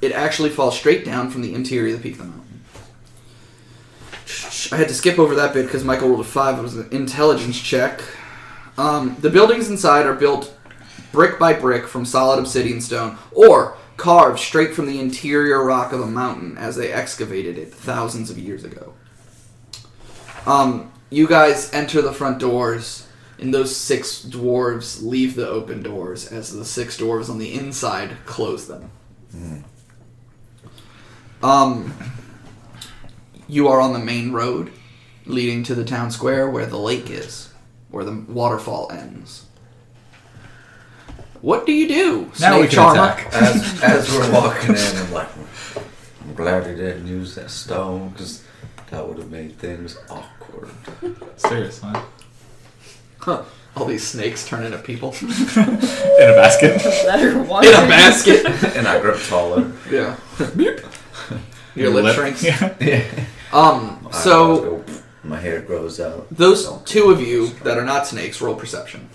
Speaker 1: it actually falls straight down from the interior of the peak of the mountain. I had to skip over that bit because Michael rolled a five. It was an intelligence check. Um, the buildings inside are built brick by brick from solid obsidian stone, or carved straight from the interior rock of a mountain as they excavated it thousands of years ago. Um, you guys enter the front doors, and those six dwarves leave the open doors as the six dwarves on the inside close them. Mm. Um, you are on the main road leading to the town square where the lake is, where the waterfall ends. What do you do?
Speaker 4: Now we
Speaker 1: Snake
Speaker 4: can
Speaker 1: charmer?
Speaker 4: attack.
Speaker 2: as, as we're walking in, I'm like, I'm glad they didn't use that stone because that would have made things awkward. [LAUGHS]
Speaker 4: Seriously.
Speaker 1: Huh. All these snakes turn into people in
Speaker 4: In a basket.
Speaker 8: Letter one.
Speaker 1: a basket.
Speaker 2: and I grew taller.
Speaker 1: Yeah. [LAUGHS] Your lip [LAUGHS]
Speaker 4: [LAUGHS]
Speaker 1: shrinks.
Speaker 4: Yeah.
Speaker 2: Yeah.
Speaker 1: Um.
Speaker 2: My eyebrows
Speaker 1: So
Speaker 2: go, pfft, my hair grows out.
Speaker 1: those
Speaker 2: Don't-
Speaker 1: two of you that are not snakes roll perception.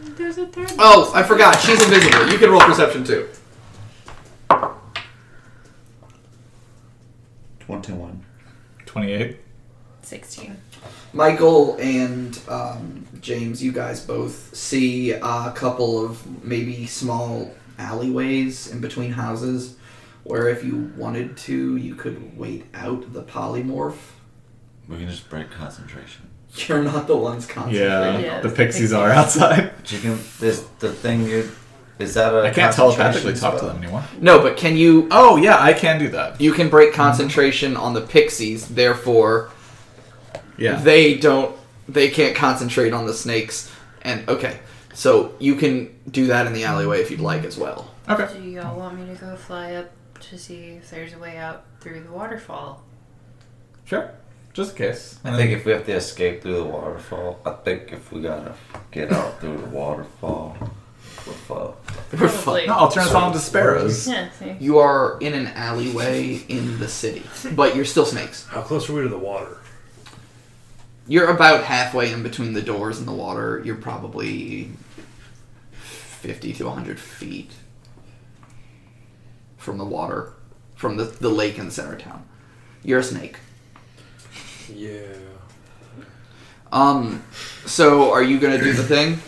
Speaker 7: There's a third.
Speaker 1: Oh, I forgot. She's invisible. You can roll perception too.
Speaker 2: 21.
Speaker 4: 28.
Speaker 8: 16.
Speaker 1: Michael and um, James, you guys both see a couple of maybe small alleyways in between houses, where if you wanted to, you could wait out the polymorph. [LAUGHS]
Speaker 2: We can just break concentration.
Speaker 1: You're not the ones
Speaker 4: Yeah.
Speaker 1: concentrating.
Speaker 8: Yeah,
Speaker 4: The
Speaker 8: the
Speaker 4: pixies
Speaker 8: pixies.
Speaker 4: are [LAUGHS] outside.
Speaker 2: But you can, there's the thing you. Is that a.
Speaker 4: I
Speaker 2: concentration
Speaker 4: can't telepathically talk to
Speaker 2: spell?
Speaker 4: them anymore.
Speaker 1: No, but can you
Speaker 4: Oh yeah, I can do that.
Speaker 1: you can break concentration on the pixies therefore
Speaker 4: Yeah.
Speaker 1: they don't they can't concentrate on the snakes and okay so you can do that in the alleyway if you'd like as well [LAUGHS]
Speaker 4: okay.
Speaker 5: Do y'all want me to go fly up to see if there's a way out through the waterfall?
Speaker 4: Sure. Just in case.
Speaker 2: I think if we have to escape through the waterfall, I think if we gotta get out through the waterfall, we're fucked.
Speaker 1: We're fine.
Speaker 4: no, I'll turn us all into
Speaker 5: [LAUGHS]
Speaker 4: sparrows.
Speaker 8: Yeah, see.
Speaker 1: you are in an alleyway in the city but you're still snakes
Speaker 6: [LAUGHS] How close are we to the water?
Speaker 1: you're about halfway in between the doors and the water you're probably 50 to 100 feet from the water from the, the lake in the center of town you're a snake
Speaker 6: Yeah.
Speaker 1: Um, so are you gonna do the thing?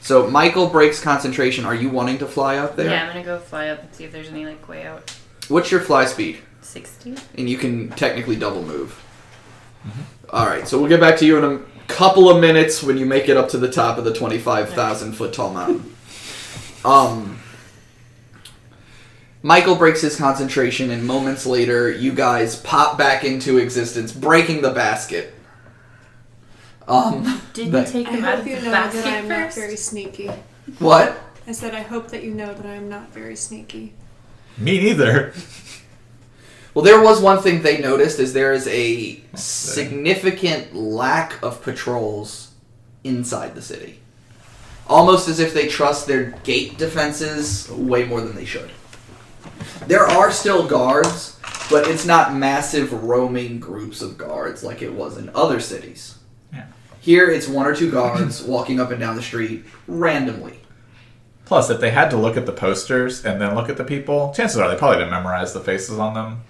Speaker 1: So Michael breaks concentration. Are you wanting to fly up there?
Speaker 5: Yeah, I'm gonna go fly up and see if there's any like way out.
Speaker 1: What's your fly speed?
Speaker 5: Sixty.
Speaker 1: And you can technically double move. All right. So we'll get back to you in a couple of minutes when you make it up to the top of the twenty-five thousand foot tall mountain. um. Michael breaks his concentration, and moments later, you guys pop back into existence, breaking the basket. Um, [LAUGHS]
Speaker 8: Did
Speaker 1: But-
Speaker 8: you take
Speaker 7: I
Speaker 8: them out
Speaker 7: hope
Speaker 8: of the
Speaker 7: you know that
Speaker 8: basket
Speaker 7: I'm not
Speaker 8: first?
Speaker 7: very sneaky.
Speaker 1: what?
Speaker 7: I said, I hope that you know that I'm not very sneaky.
Speaker 4: Me neither.
Speaker 1: Well, there was one thing they noticed is there is a significant lack of patrols inside the city. Almost as if they trust their gate defenses way more than they should. There are still guards, but it's not massive roaming groups of guards like it was in other cities.
Speaker 4: Yeah.
Speaker 1: Here it's one or two guards walking up and down the street randomly.
Speaker 4: Plus, if they had to look at the posters and then look at the people, chances are they probably didn't memorize the faces on them.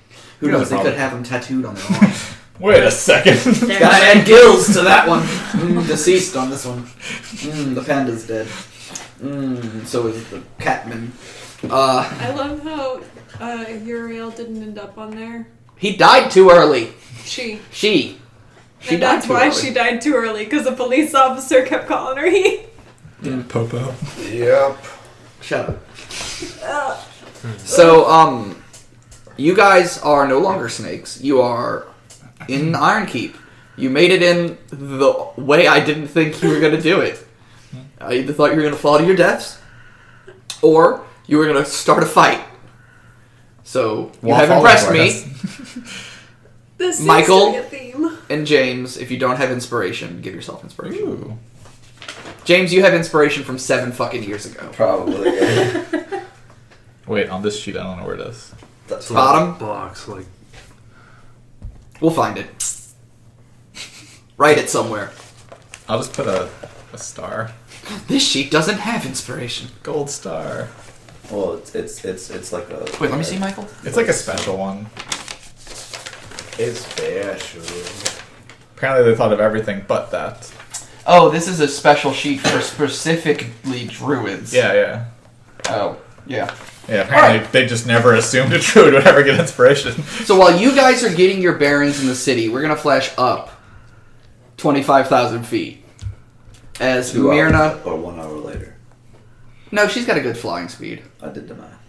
Speaker 1: Who
Speaker 4: Yeah,
Speaker 1: knows? They
Speaker 4: probably.
Speaker 1: could have them tattooed on their arms.
Speaker 4: Wait a second.
Speaker 5: There.
Speaker 1: Gotta add gills to that one. Mm, deceased on this one. Mm, the panda's dead. Mm, so is the catman. Uh,
Speaker 7: I love how uh, Uriel didn't end up on there.
Speaker 1: he died too early.
Speaker 7: She.
Speaker 1: She. She died
Speaker 7: and that's
Speaker 1: too
Speaker 7: why
Speaker 1: early.
Speaker 7: she died too early, because a police officer kept calling her [LAUGHS] he.
Speaker 4: [LAUGHS] Popo.
Speaker 3: Yep.
Speaker 1: Shut up. Uh, So, um, you guys are no longer snakes. You are in Iron Keep. You made it in the way I didn't think you were going to do it. I either thought you were going to fall to your deaths, or you were going to start a fight. So, you
Speaker 4: Well,
Speaker 1: have
Speaker 4: follow
Speaker 1: impressed
Speaker 4: for
Speaker 1: me,
Speaker 4: us.
Speaker 7: This seems
Speaker 1: Michael?
Speaker 7: to be a theme.
Speaker 1: and James, if you don't have inspiration, give yourself inspiration.
Speaker 4: Ooh.
Speaker 1: James, you have inspiration from seven fucking years ago.
Speaker 2: [LAUGHS] Probably. yeah.
Speaker 4: Wait, on this sheet, I don't know where it is.
Speaker 2: That's
Speaker 6: Little
Speaker 1: Bottom?
Speaker 6: box, like
Speaker 1: We'll find it. Write it somewhere.
Speaker 4: I'll just put a, a star.
Speaker 1: This sheet doesn't have inspiration.
Speaker 4: Gold star.
Speaker 2: Well, it's it's it's, it's like a.
Speaker 1: Wait, let me see, Michael.
Speaker 4: It's like a special one.
Speaker 3: It's special.
Speaker 4: Apparently, they thought of everything but that.
Speaker 1: Oh, this is a special sheet for specifically druids.
Speaker 4: Yeah, yeah.
Speaker 1: Oh, yeah.
Speaker 4: Yeah, apparently they just never assumed a druid would ever get inspiration. [LAUGHS]
Speaker 1: So while you guys are getting your bearings in the city, we're gonna flash up twenty-five thousand feet. As
Speaker 2: Two hours
Speaker 1: Myrna,
Speaker 2: or one hour later.
Speaker 1: no, she's got a good flying speed.
Speaker 2: I did the math.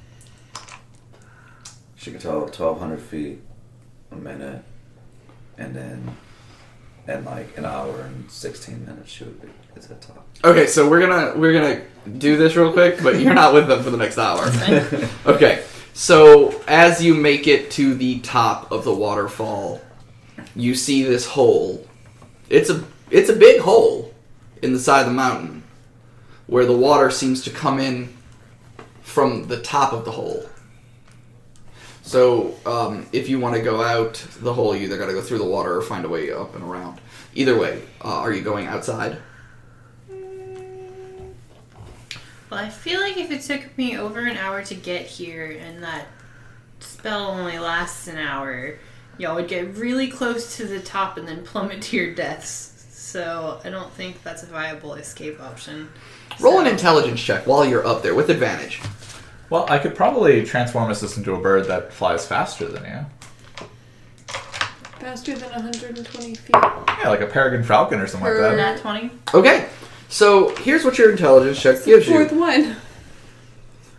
Speaker 2: She could tell 1,200 feet a minute, and then in like an hour and 16 minutes, she would be at the top.
Speaker 1: [LAUGHS] Okay, so we're gonna we're gonna do this real quick, but you're not with them for the next hour. okay, so as you make it to the top of the waterfall, you see this hole. It's a it's a big hole in the side of the mountain where the water seems to come in from the top of the hole. So um, if you want to go out the hole, you either got to go through the water or find a way up and around. Either way, uh, are you going outside?
Speaker 5: Well, I feel like if it took me over an hour to get here and that spell only lasts an hour, y'all would get really close to the top and then plummet to your deaths. So I don't think that's a viable escape option.
Speaker 1: Roll
Speaker 5: So-
Speaker 1: an intelligence check while you're up there with advantage.
Speaker 4: Well, I could probably transform assist into a bird that flies faster than you.
Speaker 7: Faster than 120 feet.
Speaker 4: Yeah, like a peregrine falcon or something like that.
Speaker 5: Nat 20?
Speaker 1: Okay, so here's what your intelligence check gives
Speaker 7: Fourth
Speaker 1: you.
Speaker 7: one.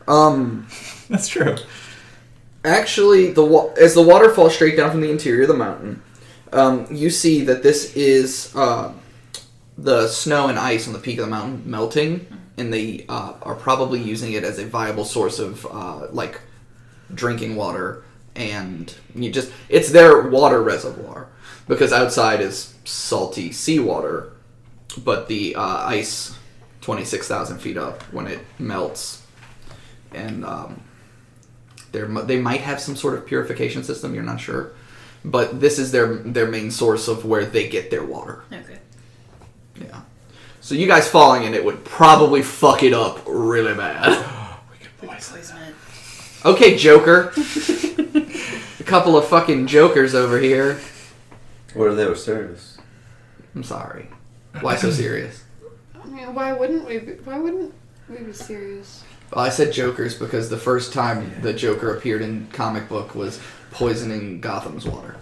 Speaker 1: Um,
Speaker 4: [LAUGHS] That's true.
Speaker 1: actually, the wa- as the water falls straight down from the interior of the mountain, um, you see that this is uh, the snow and ice on the peak of the mountain melting, and they uh, are probably using it as a viable source of uh, like drinking water, and you just it's their water reservoir because outside is salty seawater, but the uh, ice twenty six thousand feet up when it melts, and um, they they might have some sort of purification system. You're not sure, but this is their their main source of where they get their water.
Speaker 5: Okay.
Speaker 1: Yeah. So you guys falling in it would probably fuck it up really bad. [LAUGHS]
Speaker 5: Poison it.
Speaker 1: Okay, Joker. A couple of fucking jokers over here.
Speaker 2: What if they were serious?
Speaker 1: I'm sorry. Why so serious?
Speaker 7: I mean, why wouldn't we? Be, why wouldn't we be serious?
Speaker 1: Well, I said jokers because the first time the Joker appeared in comic book was poisoning Gotham's water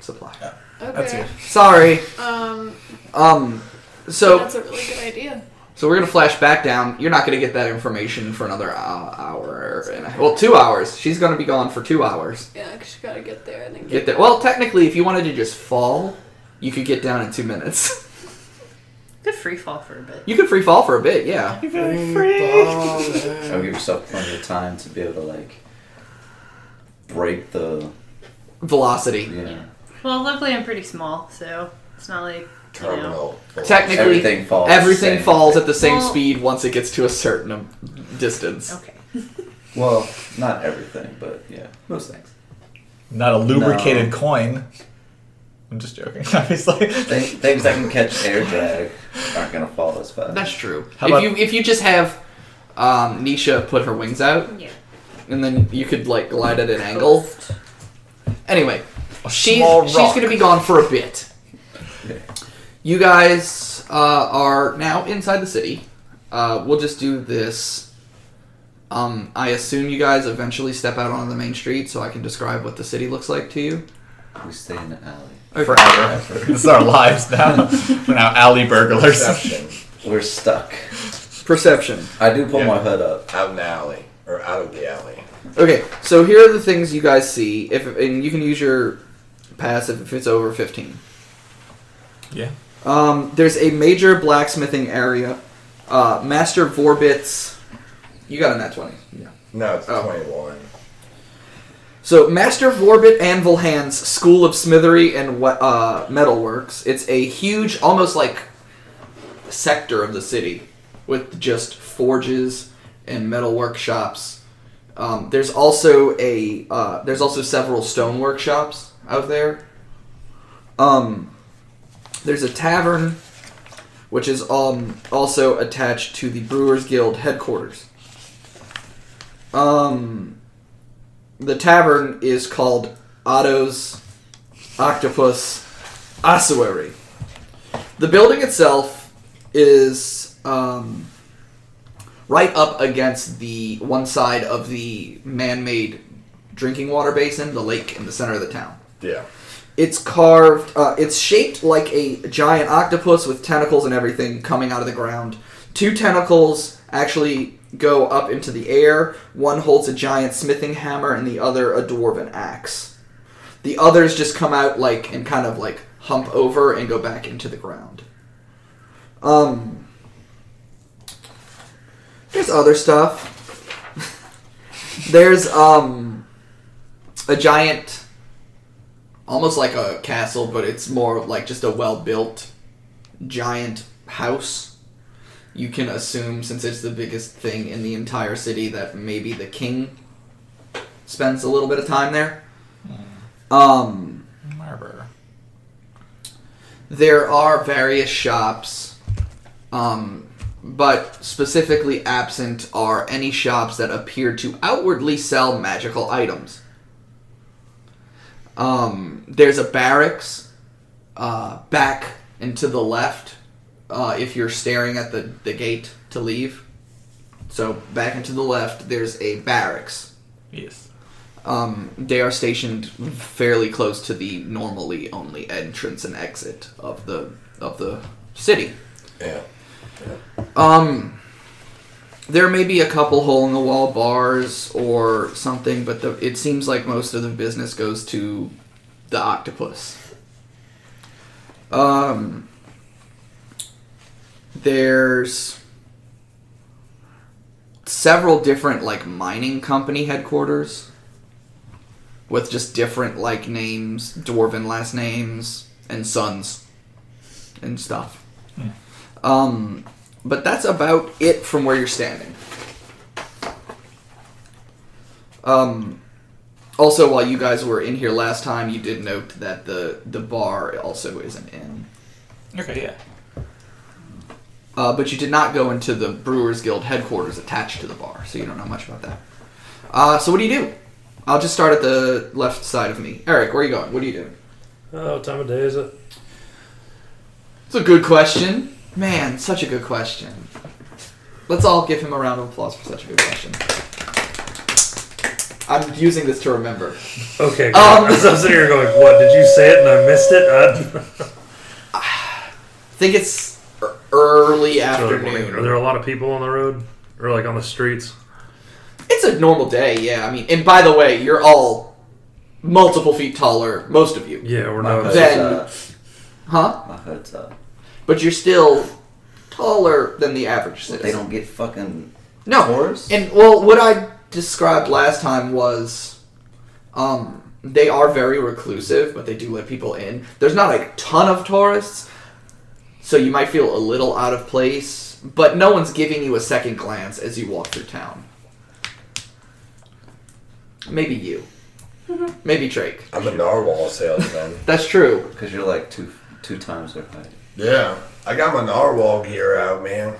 Speaker 1: supply.
Speaker 4: That's
Speaker 7: Okay.
Speaker 1: Sorry.
Speaker 7: Um.
Speaker 1: Um. So
Speaker 7: that's a really good idea.
Speaker 1: So we're gonna flash back down. You're not gonna get that information for another uh, hour and a, well, two hours. She's gonna be gone for two hours.
Speaker 7: Yeah, 'cause you gotta get there and then
Speaker 1: Get there. Well, technically, if you wanted to just fall, you could get down in two minutes. [LAUGHS]
Speaker 5: Good free fall for a bit.
Speaker 1: You could free fall for a bit, yeah.
Speaker 2: I would give yourself plenty of time to be able to like break the.
Speaker 1: Velocity.
Speaker 2: Yeah.
Speaker 5: Well, luckily I'm pretty small, so it's not like, you know.
Speaker 3: Terminal.
Speaker 1: Technically,
Speaker 2: Everything falls. the
Speaker 1: everything
Speaker 2: same.
Speaker 1: falls at the same
Speaker 5: Well-
Speaker 1: speed once it gets to a certain um, distance.
Speaker 5: Okay.
Speaker 2: Well, not everything, but yeah, most things.
Speaker 4: Not a lubricated
Speaker 2: No.
Speaker 4: coin. I'm just joking, [LAUGHS] obviously.
Speaker 2: Thi- Things that can catch air drag aren't gonna fall as fast.
Speaker 1: That's true.
Speaker 4: How
Speaker 1: if
Speaker 4: about-
Speaker 1: you if you just have um, Nisha put her wings out,
Speaker 5: Yeah.
Speaker 1: and then you could like glide at an angle. Anyway, she's
Speaker 4: small
Speaker 1: she's
Speaker 4: rock.
Speaker 1: gonna be gone for a bit.
Speaker 2: Okay.
Speaker 1: You guys uh, are now inside the city. Uh, we'll just do this Um, I assume you guys eventually step out onto the main street so I can describe what the city looks like to you.
Speaker 2: We stay in the alley.
Speaker 4: forever. this is our
Speaker 1: [LAUGHS]
Speaker 4: lives now. We're now alley burglars.
Speaker 3: Perception.
Speaker 2: We're stuck.
Speaker 1: Perception.
Speaker 2: I do pull
Speaker 4: Yeah.
Speaker 2: my hood up.
Speaker 3: out in the alley. Or out of the alley.
Speaker 1: Okay, so here are the things you guys see. If and you can use your passive if it's over fifteen.
Speaker 4: Yeah.
Speaker 1: Um, there's a major blacksmithing area. Uh, Master Vorbitz. You got a nat twenty. Yeah.
Speaker 3: No, it's
Speaker 1: Oh.
Speaker 3: 21.
Speaker 1: So, Master Vorbit Anvil Hand's School of Smithery and we- uh, Metalworks. It's a huge, almost like sector of the city with just forges and metal workshops. Um, there's also a uh, there's also several stone workshops out there. Um, there's a tavern, which is um, also attached to the Brewers Guild headquarters. Um, the tavern is called Otto's Octopus Ossuary. The building itself is um, right up against the one side of the man-made drinking water basin, the lake in the center of the town.
Speaker 3: Yeah.
Speaker 1: It's carved. Uh, it's shaped like a giant octopus with tentacles and everything coming out of the ground. Two tentacles actually go up into the air. One holds a giant smithing hammer, and the other a dwarven axe. The others just come out like and kind of like hump over and go back into the ground. Um, there's other stuff. [LAUGHS] there's um a giant almost like a castle, but it's more like just a well built giant house. You can assume, since it's the biggest thing in the entire city, that maybe the king spends a little bit of time there. Um,
Speaker 4: Marber.
Speaker 1: there are various shops, um, but specifically absent are any shops that appear to outwardly sell magical items. Um, there's a barracks uh, back and to the left uh, if you're staring at the, the gate to leave. So, back and to the left, there's a barracks.
Speaker 4: Yes.
Speaker 1: Um, they are stationed fairly close to the normally only entrance and exit of the of the city.
Speaker 3: Yeah.
Speaker 1: Um, there may be a couple hole in the wall bars or something, but the, it seems like most of the business goes to the octopus. Um, there's several different like mining company headquarters with just different like names, dwarven last names, and sons and stuff. Um, but that's about it from where you're standing. Um, also, while you guys were in here last time, you did note that the the bar also is an inn.
Speaker 4: Okay, yeah.
Speaker 1: Uh, but you did not go into the Brewers Guild headquarters attached to the bar, so you don't know much about that. Uh, so what do you do? I'll just start at the left side of me. Eric, where are you going? What are you doing?
Speaker 6: Oh, what time of day is it?
Speaker 1: It's a good question. Man, such a good question. Let's all give him a round of applause for such a good question. I'm using this to remember.
Speaker 6: Okay,
Speaker 1: Um.
Speaker 6: I'm sitting here going, what, did you say it and I missed it? I, [LAUGHS]
Speaker 1: I think it's e- early
Speaker 6: Are there
Speaker 1: afternoon.
Speaker 6: a lot of people on the road? Or like on the streets?
Speaker 1: It's a normal day, yeah. I mean, and by the way, you're all multiple feet taller, most of you.
Speaker 6: Yeah, we're
Speaker 2: My
Speaker 6: not.
Speaker 2: hood's
Speaker 1: Then-
Speaker 2: up.
Speaker 1: Huh?
Speaker 2: My hood's up.
Speaker 1: But you're still taller than the average citizen.
Speaker 2: They don't get fucking
Speaker 1: No.
Speaker 2: Taurus?
Speaker 1: And well, what I described last time was, um, they are very reclusive, but they do let people in. There's not a ton of tourists, so you might feel a little out of place. But no one's giving you a second glance as you walk through town. Maybe you. Maybe Drake.
Speaker 3: I'm a narwhal salesman.
Speaker 1: That's true.
Speaker 2: because you're like two two times their height.
Speaker 3: yeah. I got my narwhal gear out, man.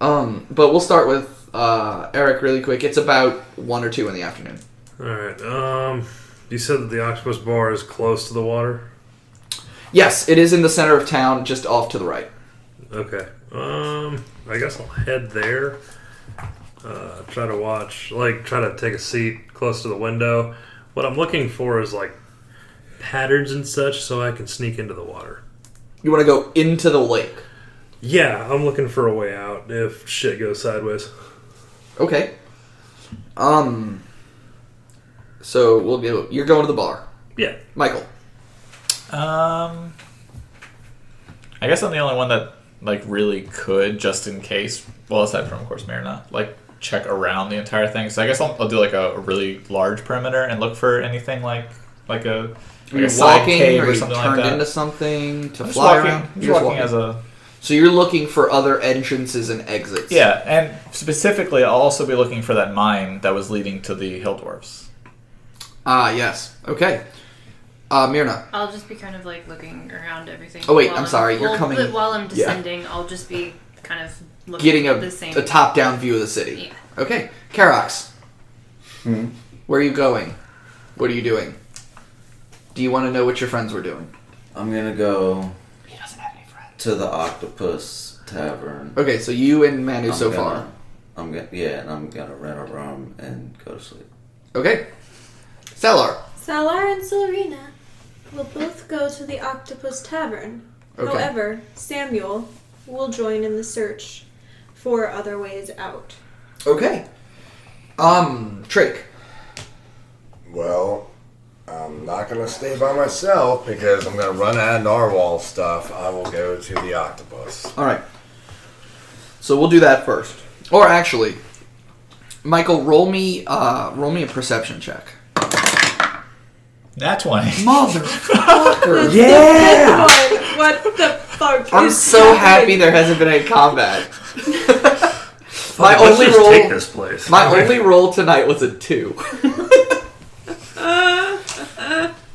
Speaker 1: Um, but we'll start with uh, Eric really quick. It's about one or two in the afternoon.
Speaker 6: Alright, um, you said that the octopus bar is close to the water?
Speaker 1: Yes, it is in the center of town, just off to the right.
Speaker 6: Okay. Um, I guess I'll head there. uh, try to watch, like, try to take a seat close to the window. What I'm looking for is like patterns and such, so I can sneak into the water.
Speaker 1: You want to go into the lake.
Speaker 6: Yeah, I'm looking for a way out if shit goes sideways.
Speaker 1: Okay. Um. So we'll go. You're going to the bar,
Speaker 6: Yeah,
Speaker 1: Michael.
Speaker 4: Um, I guess I'm the only one that like really could, just in case. Well, aside from of course Marina, like check around the entire thing. So I guess I'll, I'll do like a, a really large perimeter and look for anything like like a
Speaker 1: Are
Speaker 4: like
Speaker 1: you
Speaker 4: a side
Speaker 1: walking,
Speaker 4: cave
Speaker 1: or
Speaker 4: or
Speaker 1: you
Speaker 4: something
Speaker 1: turned
Speaker 4: like that.
Speaker 1: into something to
Speaker 4: I'm just
Speaker 1: fly
Speaker 4: walking,
Speaker 1: around?
Speaker 4: I'm
Speaker 1: You're
Speaker 4: just
Speaker 1: just
Speaker 4: walking as
Speaker 1: walking.
Speaker 4: a
Speaker 1: So you're looking for other entrances and exits.
Speaker 4: yeah, and specifically, I'll also be looking for that mine that was leading to the hill dwarfs.
Speaker 1: Ah, yes. Okay. Uh, Mirna.
Speaker 5: I'll just be kind of like looking around everything.
Speaker 1: Oh, wait,
Speaker 5: while
Speaker 1: I'm sorry, you're
Speaker 5: well,
Speaker 1: coming-
Speaker 5: but While I'm
Speaker 1: Yeah.
Speaker 5: descending, I'll just be kind of looking
Speaker 1: Getting a,
Speaker 5: at the same.
Speaker 1: a top down view of the city.
Speaker 5: yeah.
Speaker 1: Okay. Karox.
Speaker 2: Hmm.
Speaker 1: Where are you going? What are you doing? Do you want to know what your friends were doing?
Speaker 2: I'm gonna go
Speaker 1: He doesn't have any friends.
Speaker 2: to the Octopus Tavern.
Speaker 1: Okay, so you and Manu
Speaker 2: I'm
Speaker 1: so
Speaker 2: gonna-
Speaker 1: far.
Speaker 2: I'm gonna yeah, and I'm gonna rent a room and go to sleep.
Speaker 1: Okay. Cellar.
Speaker 7: Salar and Silverina will both go to the Octopus Tavern.
Speaker 1: Okay.
Speaker 7: However, Samuel will join in the search for other ways out.
Speaker 1: Okay. Um, Trick.
Speaker 3: Well, I'm not gonna stay by myself because I'm gonna run out of narwhal stuff. I will go to
Speaker 1: [LAUGHS]
Speaker 3: the octopus.
Speaker 1: All right. So we'll do that first. Or actually, Michael, roll me uh, roll me a perception check.
Speaker 4: That's
Speaker 1: [LAUGHS]
Speaker 4: one.
Speaker 1: Motherfucker!
Speaker 7: Yeah! what the fuck?
Speaker 1: I'm
Speaker 7: is
Speaker 1: so happy
Speaker 7: happening?
Speaker 1: there hasn't been any combat. my
Speaker 6: Let's
Speaker 1: only
Speaker 6: just take
Speaker 1: roll
Speaker 6: this place.
Speaker 1: my only roll tonight was a [LAUGHS] two.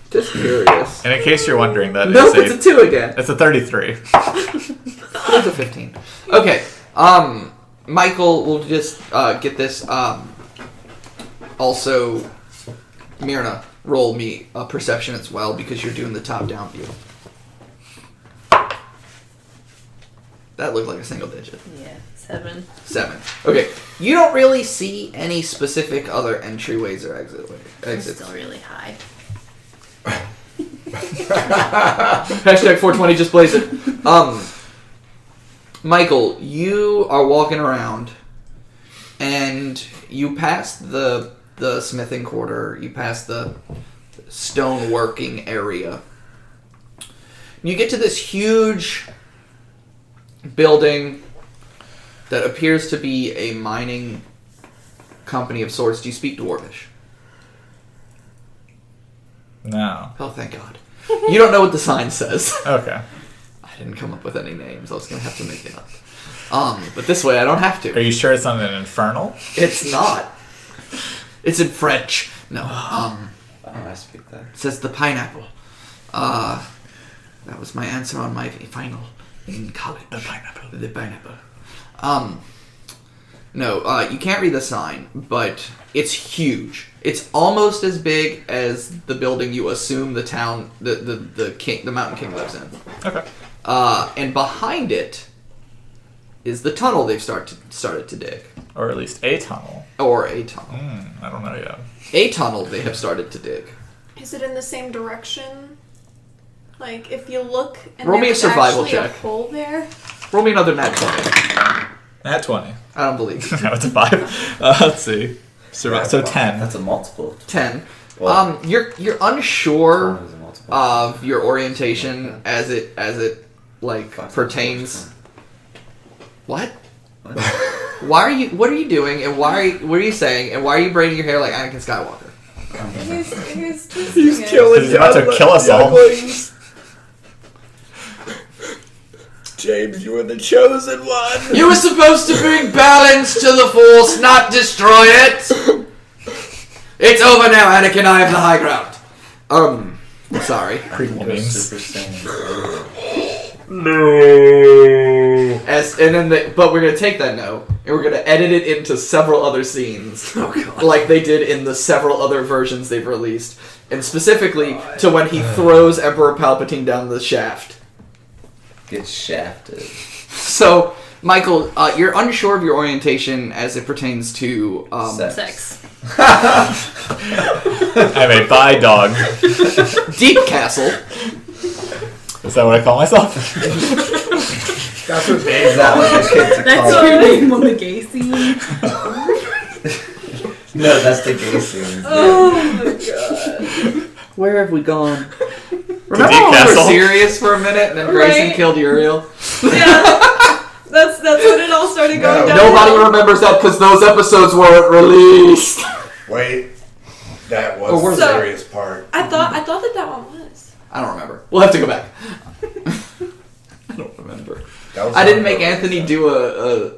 Speaker 1: Just curious.
Speaker 4: [LAUGHS] And in case you're
Speaker 1: [LAUGHS]
Speaker 4: wondering, that is
Speaker 1: Nope, it's
Speaker 4: a,
Speaker 1: a two again.
Speaker 4: it's a 33.
Speaker 1: It's a fifteen. Okay. Um, Michael, we'll just uh, get this. Um, also, Mirna, roll me a perception as well because you're doing the top-down view. That looked like a single digit.
Speaker 5: Yeah, seven.
Speaker 1: Seven. Okay. You don't really see any specific other entryways or exit
Speaker 5: I'm
Speaker 1: exits.
Speaker 5: still really high.
Speaker 1: Hashtag 420 just plays it. Um, Michael, you are walking around, and you pass the the smithing quarter. You pass the stone working area. You get to this huge building that appears to be a mining company of sorts. Do you speak Dwarvish?
Speaker 4: No.
Speaker 1: Oh, thank God. You don't know what the sign says. [LAUGHS]
Speaker 4: Okay.
Speaker 1: I didn't come up with any names. I was gonna have to make it up. Um, but this way I don't have
Speaker 4: Are
Speaker 1: to.
Speaker 4: you sure it's not an infernal?
Speaker 1: It's not. It's in French. No. Um,
Speaker 2: Oh, I speak that.
Speaker 1: it says the pineapple. Uh, that was my answer on my final in college. The pineapple. The pineapple. Um, no, uh, you can't read the sign, but it's huge. It's almost as big as the building you assume the town, the the, the king, the mountain king lives in.
Speaker 4: Okay.
Speaker 1: Uh, and behind it is the tunnel they've start to, started to dig,
Speaker 4: Or at least a tunnel.
Speaker 1: or a tunnel.
Speaker 4: Hmm, I don't know yet.
Speaker 1: A tunnel they have started to dig.
Speaker 7: Is it in the same direction? Like, if you look and
Speaker 1: Roll me a
Speaker 7: there's
Speaker 1: survival
Speaker 7: actually
Speaker 1: check.
Speaker 7: a hole there?
Speaker 1: Roll me another nat twenty.
Speaker 4: At [LAUGHS] 20.
Speaker 1: I don't believe you.
Speaker 4: Now it's a 5. [LAUGHS] Uh, let's see. Survive. So 10.
Speaker 2: That's a multiple.
Speaker 1: ten.
Speaker 2: Well-
Speaker 1: um, you're you're unsure
Speaker 2: That is a multiple.
Speaker 1: of your orientation as it as it like
Speaker 2: Fuck.
Speaker 1: pertains. What?
Speaker 2: What?
Speaker 1: Why are you? What are you doing? And why? Are you, what are you saying? And why are you braiding your hair like Anakin Skywalker?
Speaker 7: He's, [LAUGHS] he's twisting it.
Speaker 4: He's about to
Speaker 3: [LAUGHS]
Speaker 4: kill
Speaker 1: [LAUGHS]
Speaker 4: us all.
Speaker 3: James, you were the chosen one.
Speaker 1: You were supposed to bring balance to the force, not destroy it. It's over now, Anakin. I have the high ground. Um, sorry.
Speaker 4: Prequel
Speaker 2: Go
Speaker 4: memes.
Speaker 2: Super Saiyan.
Speaker 6: No.
Speaker 1: As and then, the, but we're gonna take that note and we're gonna edit it into several other scenes,
Speaker 2: [LAUGHS] Oh god.
Speaker 1: like they did in the several other versions they've released, and specifically to when he throws Emperor Palpatine down the shaft.
Speaker 2: Get shafted.
Speaker 1: So Michael, uh, you're unsure of your orientation as it pertains to um,
Speaker 5: Sex.
Speaker 4: [LAUGHS] I'm a bi dog.
Speaker 1: Deep Castle.
Speaker 4: Is that what I call myself?
Speaker 3: That's what
Speaker 2: Is that what [LAUGHS] the kids are
Speaker 5: That's
Speaker 2: called?
Speaker 5: your [LAUGHS] name on the gay scene.
Speaker 2: No, that's the gay scene.
Speaker 1: Where have we gone?
Speaker 4: Deep
Speaker 1: Remember when we were
Speaker 4: Castle.
Speaker 1: serious for a minute and then Grayson
Speaker 7: Right.
Speaker 1: killed Uriel?
Speaker 7: yeah. That's that's when it all started going
Speaker 3: No.
Speaker 7: down.
Speaker 1: Nobody remembers that because those episodes weren't released.
Speaker 3: Wait, that was
Speaker 1: Oh, we're-
Speaker 3: the serious part.
Speaker 7: I thought I thought that that one was.
Speaker 1: [LAUGHS] I don't remember. We'll have to go back. [LAUGHS] I don't remember.
Speaker 3: That was
Speaker 1: I didn't
Speaker 3: not
Speaker 1: make
Speaker 3: the-
Speaker 1: Anthony do a, a,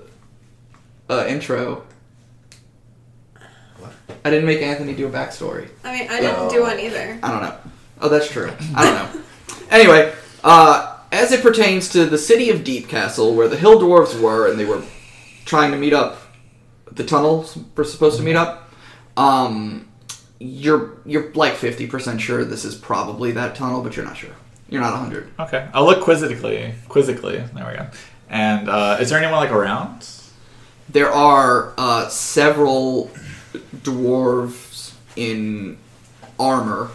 Speaker 1: a intro. I didn't make Anthony do a backstory.
Speaker 7: I mean, I didn't do one either.
Speaker 1: I don't know. Oh, that's true. I don't know. [LAUGHS] anyway, uh, as it pertains to the city of Deep Castle, where the Hill Dwarves were, and they were trying to meet up, the tunnels were supposed to meet up. Um, you're you're like fifty percent sure this is probably that tunnel, but you're not sure. You're not hundred.
Speaker 4: Okay, I'll look quizzically. Quizzically, there we go. And uh, is there anyone like around?
Speaker 1: There are uh, several dwarves in armor,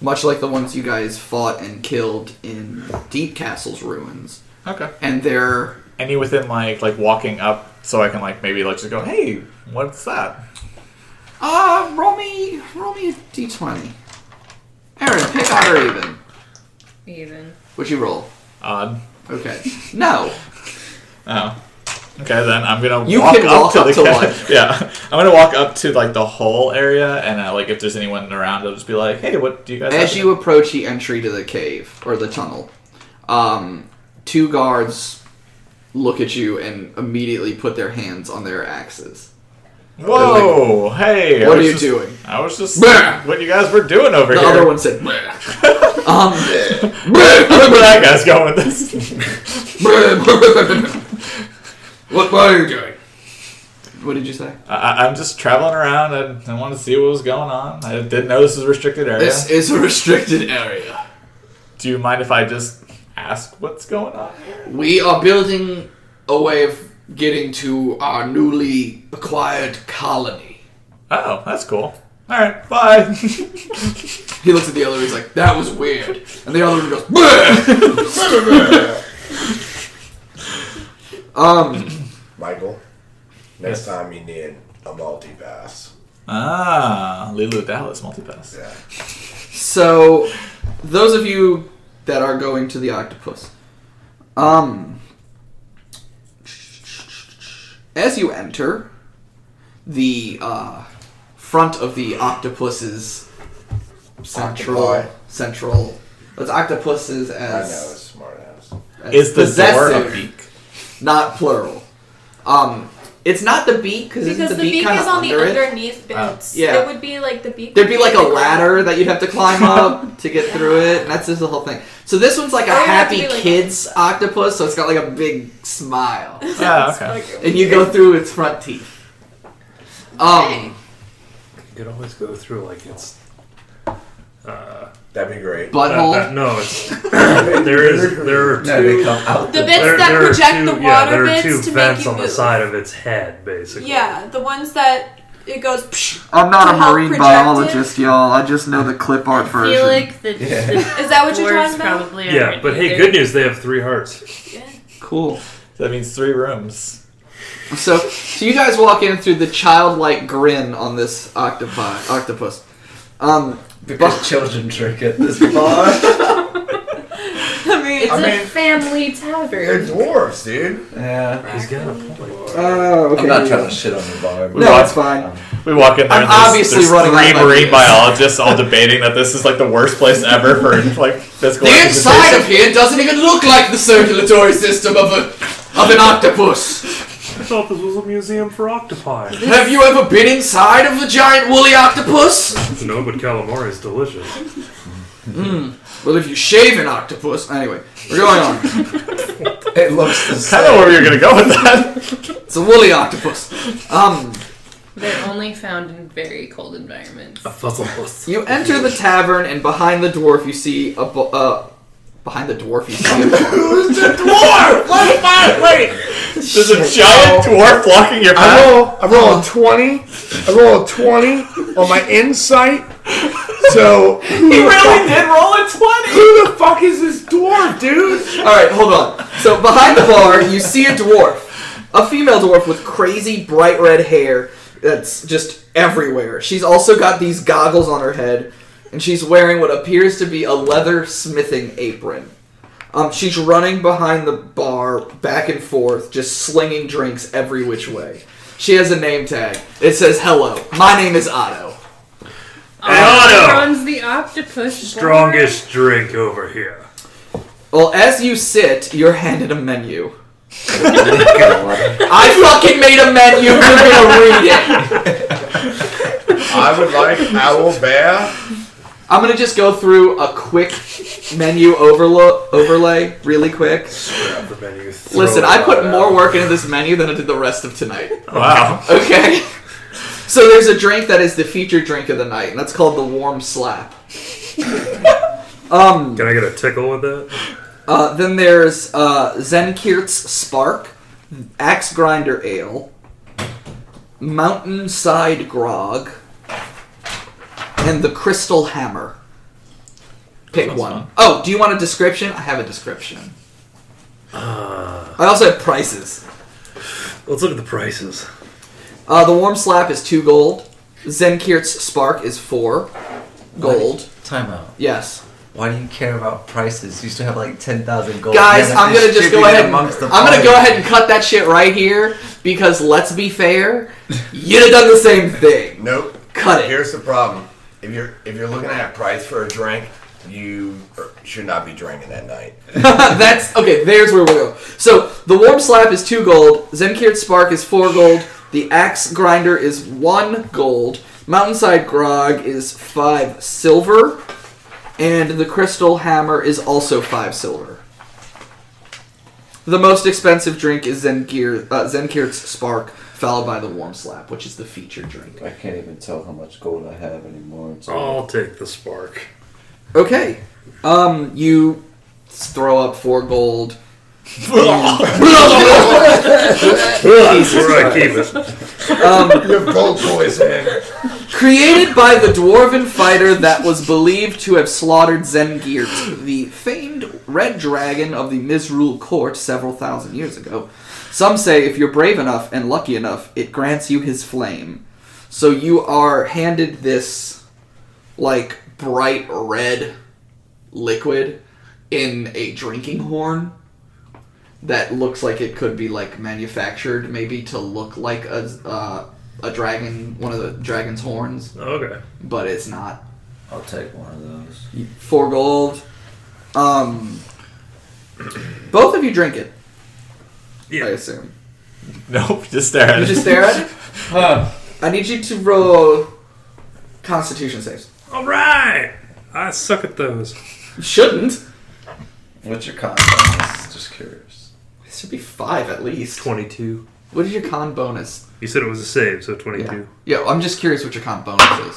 Speaker 1: much like the ones you guys fought and killed in Deep Castle's ruins.
Speaker 4: Okay.
Speaker 1: and they're
Speaker 4: Any within like like walking up, so I can like maybe like just go, hey, what's that?
Speaker 1: uh roll me roll me a D twenty. Aaron, pick odd or even.
Speaker 5: Even.
Speaker 1: Would you roll?
Speaker 4: Odd.
Speaker 1: Okay. No.
Speaker 4: Oh. Okay, then I'm gonna
Speaker 1: You
Speaker 4: walk
Speaker 1: can
Speaker 4: up
Speaker 1: walk
Speaker 4: to
Speaker 1: up
Speaker 4: the
Speaker 1: to
Speaker 4: ca-
Speaker 1: one.
Speaker 4: [LAUGHS] yeah. I'm gonna walk up to like the whole area, and uh, like if there's anyone around, I'll just be like, hey, what do you guys?
Speaker 1: As
Speaker 4: have
Speaker 1: you approach the entry to the cave or the tunnel, um, two guards look at you and immediately put their hands on their axes.
Speaker 4: Whoa! hey, I
Speaker 1: what are
Speaker 4: was
Speaker 1: you
Speaker 4: just-
Speaker 1: doing?
Speaker 4: I was just
Speaker 1: Bah!
Speaker 4: what you guys were doing
Speaker 1: [LAUGHS]
Speaker 4: over
Speaker 1: The
Speaker 4: here.
Speaker 1: other one said, "Bleh." [LAUGHS] um,
Speaker 4: [LAUGHS] I don't know where that guy's going with this.
Speaker 1: [LAUGHS] what are you doing? What did you say?
Speaker 4: I- I, I'm just traveling around. I, I wanted to see what was going on. I didn't know this was a restricted area.
Speaker 1: This is a restricted area.
Speaker 4: Do you mind if I just ask what's going on?
Speaker 1: We are building a way of getting to our newly acquired colony.
Speaker 4: Oh, that's cool. All right,
Speaker 1: [LAUGHS]
Speaker 4: bye. [LAUGHS]
Speaker 1: He looks at the other. He's like, "That was weird," and the other one goes, "Bleh!" "Um,
Speaker 3: Michael, next time you need a multi pass.
Speaker 4: ah, Lulu Dallas multipass.
Speaker 3: Yeah.
Speaker 1: so those of you that are going to the octopus, um, as you enter the uh, front of the octopus's central
Speaker 3: Octopi.
Speaker 1: central. That's octopuses
Speaker 3: I know, it's
Speaker 1: as,
Speaker 3: smart ass.
Speaker 1: as
Speaker 4: Is the door a
Speaker 1: possessive.
Speaker 4: peak?
Speaker 1: not plural. Um, it's not the beak because
Speaker 7: Because
Speaker 1: the,
Speaker 7: the beak
Speaker 1: kind
Speaker 7: is
Speaker 1: of
Speaker 7: on
Speaker 1: under
Speaker 7: the
Speaker 1: it? Oh,
Speaker 7: underneath bits.
Speaker 1: Yeah.
Speaker 7: It would be like the beak.
Speaker 1: There'd
Speaker 7: would
Speaker 1: be like a
Speaker 7: the-
Speaker 1: ladder
Speaker 7: [LAUGHS]
Speaker 1: that you'd have to climb up to get through it, and that's just the whole thing. So this one's like a
Speaker 7: Or it'd have to
Speaker 1: happy
Speaker 7: be like-
Speaker 1: kids octopus, so it's got like a big smile,
Speaker 4: Ah, okay.
Speaker 1: and you go through its front teeth.
Speaker 7: Okay.
Speaker 1: Um,
Speaker 6: You could always go through like it's. Uh,
Speaker 3: That'd be great.
Speaker 6: that, that-
Speaker 1: butthole.
Speaker 6: no, it's, [LAUGHS] there is there are two.
Speaker 2: No, they come out.
Speaker 7: The
Speaker 2: the-
Speaker 7: bits
Speaker 6: there-
Speaker 7: that
Speaker 6: there are
Speaker 7: project
Speaker 6: two-
Speaker 7: the water
Speaker 6: yeah, there are
Speaker 7: bits
Speaker 6: two
Speaker 7: to make
Speaker 6: vents
Speaker 7: you
Speaker 6: on the
Speaker 7: move.
Speaker 6: side of its head, basically.
Speaker 7: Yeah, the ones that it goes. [LAUGHS] Psh,
Speaker 1: I'm
Speaker 7: not to a help marine project biologist,
Speaker 1: y'all. I just know the clip art
Speaker 5: I feel like the,
Speaker 2: Yeah.
Speaker 5: the
Speaker 1: [LAUGHS]
Speaker 7: Is that what you're
Speaker 5: dwarves
Speaker 7: talking about?
Speaker 5: Probably
Speaker 6: Yeah,
Speaker 5: aren't
Speaker 6: but hey,
Speaker 5: either.
Speaker 6: good news—they have three hearts.
Speaker 1: Cool.
Speaker 4: That means three rooms.
Speaker 1: So, so you guys walk in through the childlike grin on this octopi, octopus. Um,
Speaker 2: because children drink at this bar.
Speaker 7: I mean,
Speaker 5: It's
Speaker 7: it's
Speaker 3: I
Speaker 5: a
Speaker 3: mean-
Speaker 5: family
Speaker 3: They're
Speaker 5: tavern.
Speaker 3: dwarves, dude.
Speaker 2: yeah.
Speaker 6: He's got a point.
Speaker 1: oh, okay.
Speaker 2: I'm not trying to shit on the bar.
Speaker 3: [LAUGHS]
Speaker 2: but-
Speaker 1: No, it's fine.
Speaker 4: We walk in there.
Speaker 1: I'm
Speaker 4: and there's,
Speaker 1: obviously
Speaker 4: there's
Speaker 1: running out
Speaker 4: three
Speaker 1: of
Speaker 4: marine
Speaker 1: ideas.
Speaker 4: biologists all debating that this is like the worst place ever for
Speaker 1: [LAUGHS]
Speaker 4: like physical.
Speaker 1: The inside
Speaker 4: education.
Speaker 1: of here doesn't even look like the circulatory system of a of an octopus.
Speaker 6: I thought this was a museum for octopi.
Speaker 1: Have you ever been inside of the giant woolly octopus?
Speaker 6: no, but calamari is delicious.
Speaker 7: [LAUGHS]
Speaker 1: Well, if you shave an octopus, anyway, we're going on.
Speaker 2: It looks the
Speaker 4: I don't
Speaker 2: same.
Speaker 4: know where you're gonna go with that.
Speaker 1: It's a woolly octopus. Um,
Speaker 5: They're only found in very cold environments.
Speaker 6: Fuzzle
Speaker 1: you enter the tavern, and behind the dwarf, you see a bo- uh, Behind the dwarf, you
Speaker 4: [LAUGHS]
Speaker 1: see him.
Speaker 3: Who's the
Speaker 4: Dwarf! Let's fire! Wait! There's a giant dwarf blocking your
Speaker 3: I
Speaker 4: path.
Speaker 3: roll, I roll a 20. I roll a 20 on my insight. So, who
Speaker 4: He
Speaker 3: the,
Speaker 4: really
Speaker 3: fuck,
Speaker 4: did roll a 20!
Speaker 3: who the fuck is this dwarf, dude?
Speaker 1: All right, hold on. So behind the bar, you see a dwarf, a female dwarf with crazy bright red hair that's just everywhere. She's also got these goggles on her head, and she's wearing what appears to be a leather smithing apron. Um, she's running behind the bar, back and forth, just slinging drinks every which way. She has a name tag. It says, "Hello, my name is Otto."
Speaker 6: Otto!
Speaker 8: runs the octopus. bar.
Speaker 6: Strongest drink over here.
Speaker 1: Well, as you sit, you're handed a menu.
Speaker 2: God.
Speaker 1: [LAUGHS] I fucking made a menu. [LAUGHS] You're gonna read it.
Speaker 3: I would like Owl Bear.
Speaker 1: I'm gonna just go through a quick menu overlo- overlay really quick.
Speaker 3: Grab the menu, throw
Speaker 1: Listen,
Speaker 3: it
Speaker 1: I put
Speaker 3: out.
Speaker 1: more work into this menu than I did the rest of tonight.
Speaker 4: Wow.
Speaker 1: Okay. [LAUGHS] So there's a drink that is the featured drink of the night, and that's called the warm slap. um,
Speaker 6: Can I get a tickle with that?
Speaker 1: uh, then there's uh, Zenkirt's Spark, Axe Grinder Ale, Mountainside Grog, and the Crystal Hammer. Pick
Speaker 4: Sounds
Speaker 1: one.
Speaker 4: fun.
Speaker 1: Oh, do you want a description? I have a description.
Speaker 4: Uh.
Speaker 1: I also have prices.
Speaker 6: Let's look at the prices.
Speaker 1: Uh, the Warm Slap is two gold. Zenkirt's Spark is four gold.
Speaker 2: Time out.
Speaker 1: Yes.
Speaker 2: Why do you care about prices? You still have like 10,000 gold.
Speaker 1: Guys,
Speaker 2: You haven't
Speaker 1: I'm gonna just go
Speaker 2: distributed
Speaker 1: ahead. And,
Speaker 2: amongst the
Speaker 1: I'm gonna
Speaker 2: party.
Speaker 1: go ahead and cut that shit right here because let's be fair, [LAUGHS] you'd have done the same thing.
Speaker 3: Nope.
Speaker 1: Cut it.
Speaker 3: Here's the problem. If you're if you're looking at a price for a drink, you er, should not be drinking that [LAUGHS] night.
Speaker 1: [LAUGHS] That's okay. There's where we go. So the warm slap is two gold. Zenkirt spark is four gold. The axe grinder is one gold. Mountainside grog is five silver, and the crystal hammer is also five silver. The most expensive drink is Zengir, uh, Zenkirt's Spark, followed by the Warm Slap, which is the featured drink.
Speaker 2: I can't even tell how much gold I have anymore. It's all
Speaker 6: I'll take the spark.
Speaker 1: Okay. Um, you throw up four gold. [LAUGHS]
Speaker 6: Where do I keep it?
Speaker 3: you have gold poison.
Speaker 1: Created by the dwarven fighter that was believed to have slaughtered Zengirt, the famed red dragon of the Misrule court several thousand years ago. Some say if you're brave enough and lucky enough, it grants you his flame. So you are handed this, like, bright red liquid in a drinking horn that looks like it could be, like, manufactured maybe to look like a. Uh, a dragon, one of the dragon's horns
Speaker 6: Okay.
Speaker 1: but it's not.
Speaker 2: I'll take one of those.
Speaker 1: Four gold. Um, both of you drink it. I
Speaker 6: Yeah.
Speaker 1: assume.
Speaker 4: Nope, just stare at
Speaker 1: You
Speaker 4: it.
Speaker 1: just stare at it. [LAUGHS] I need you to roll Constitution saves.
Speaker 6: All right. I suck at those.
Speaker 1: You shouldn't.
Speaker 2: What's your contest? Just curious.
Speaker 1: It should be five at least.
Speaker 6: Twenty-two.
Speaker 1: What is your con bonus?
Speaker 6: You said it was a save, so
Speaker 1: Yeah.
Speaker 6: twenty-two
Speaker 1: Yeah, I'm just curious what your con bonus is.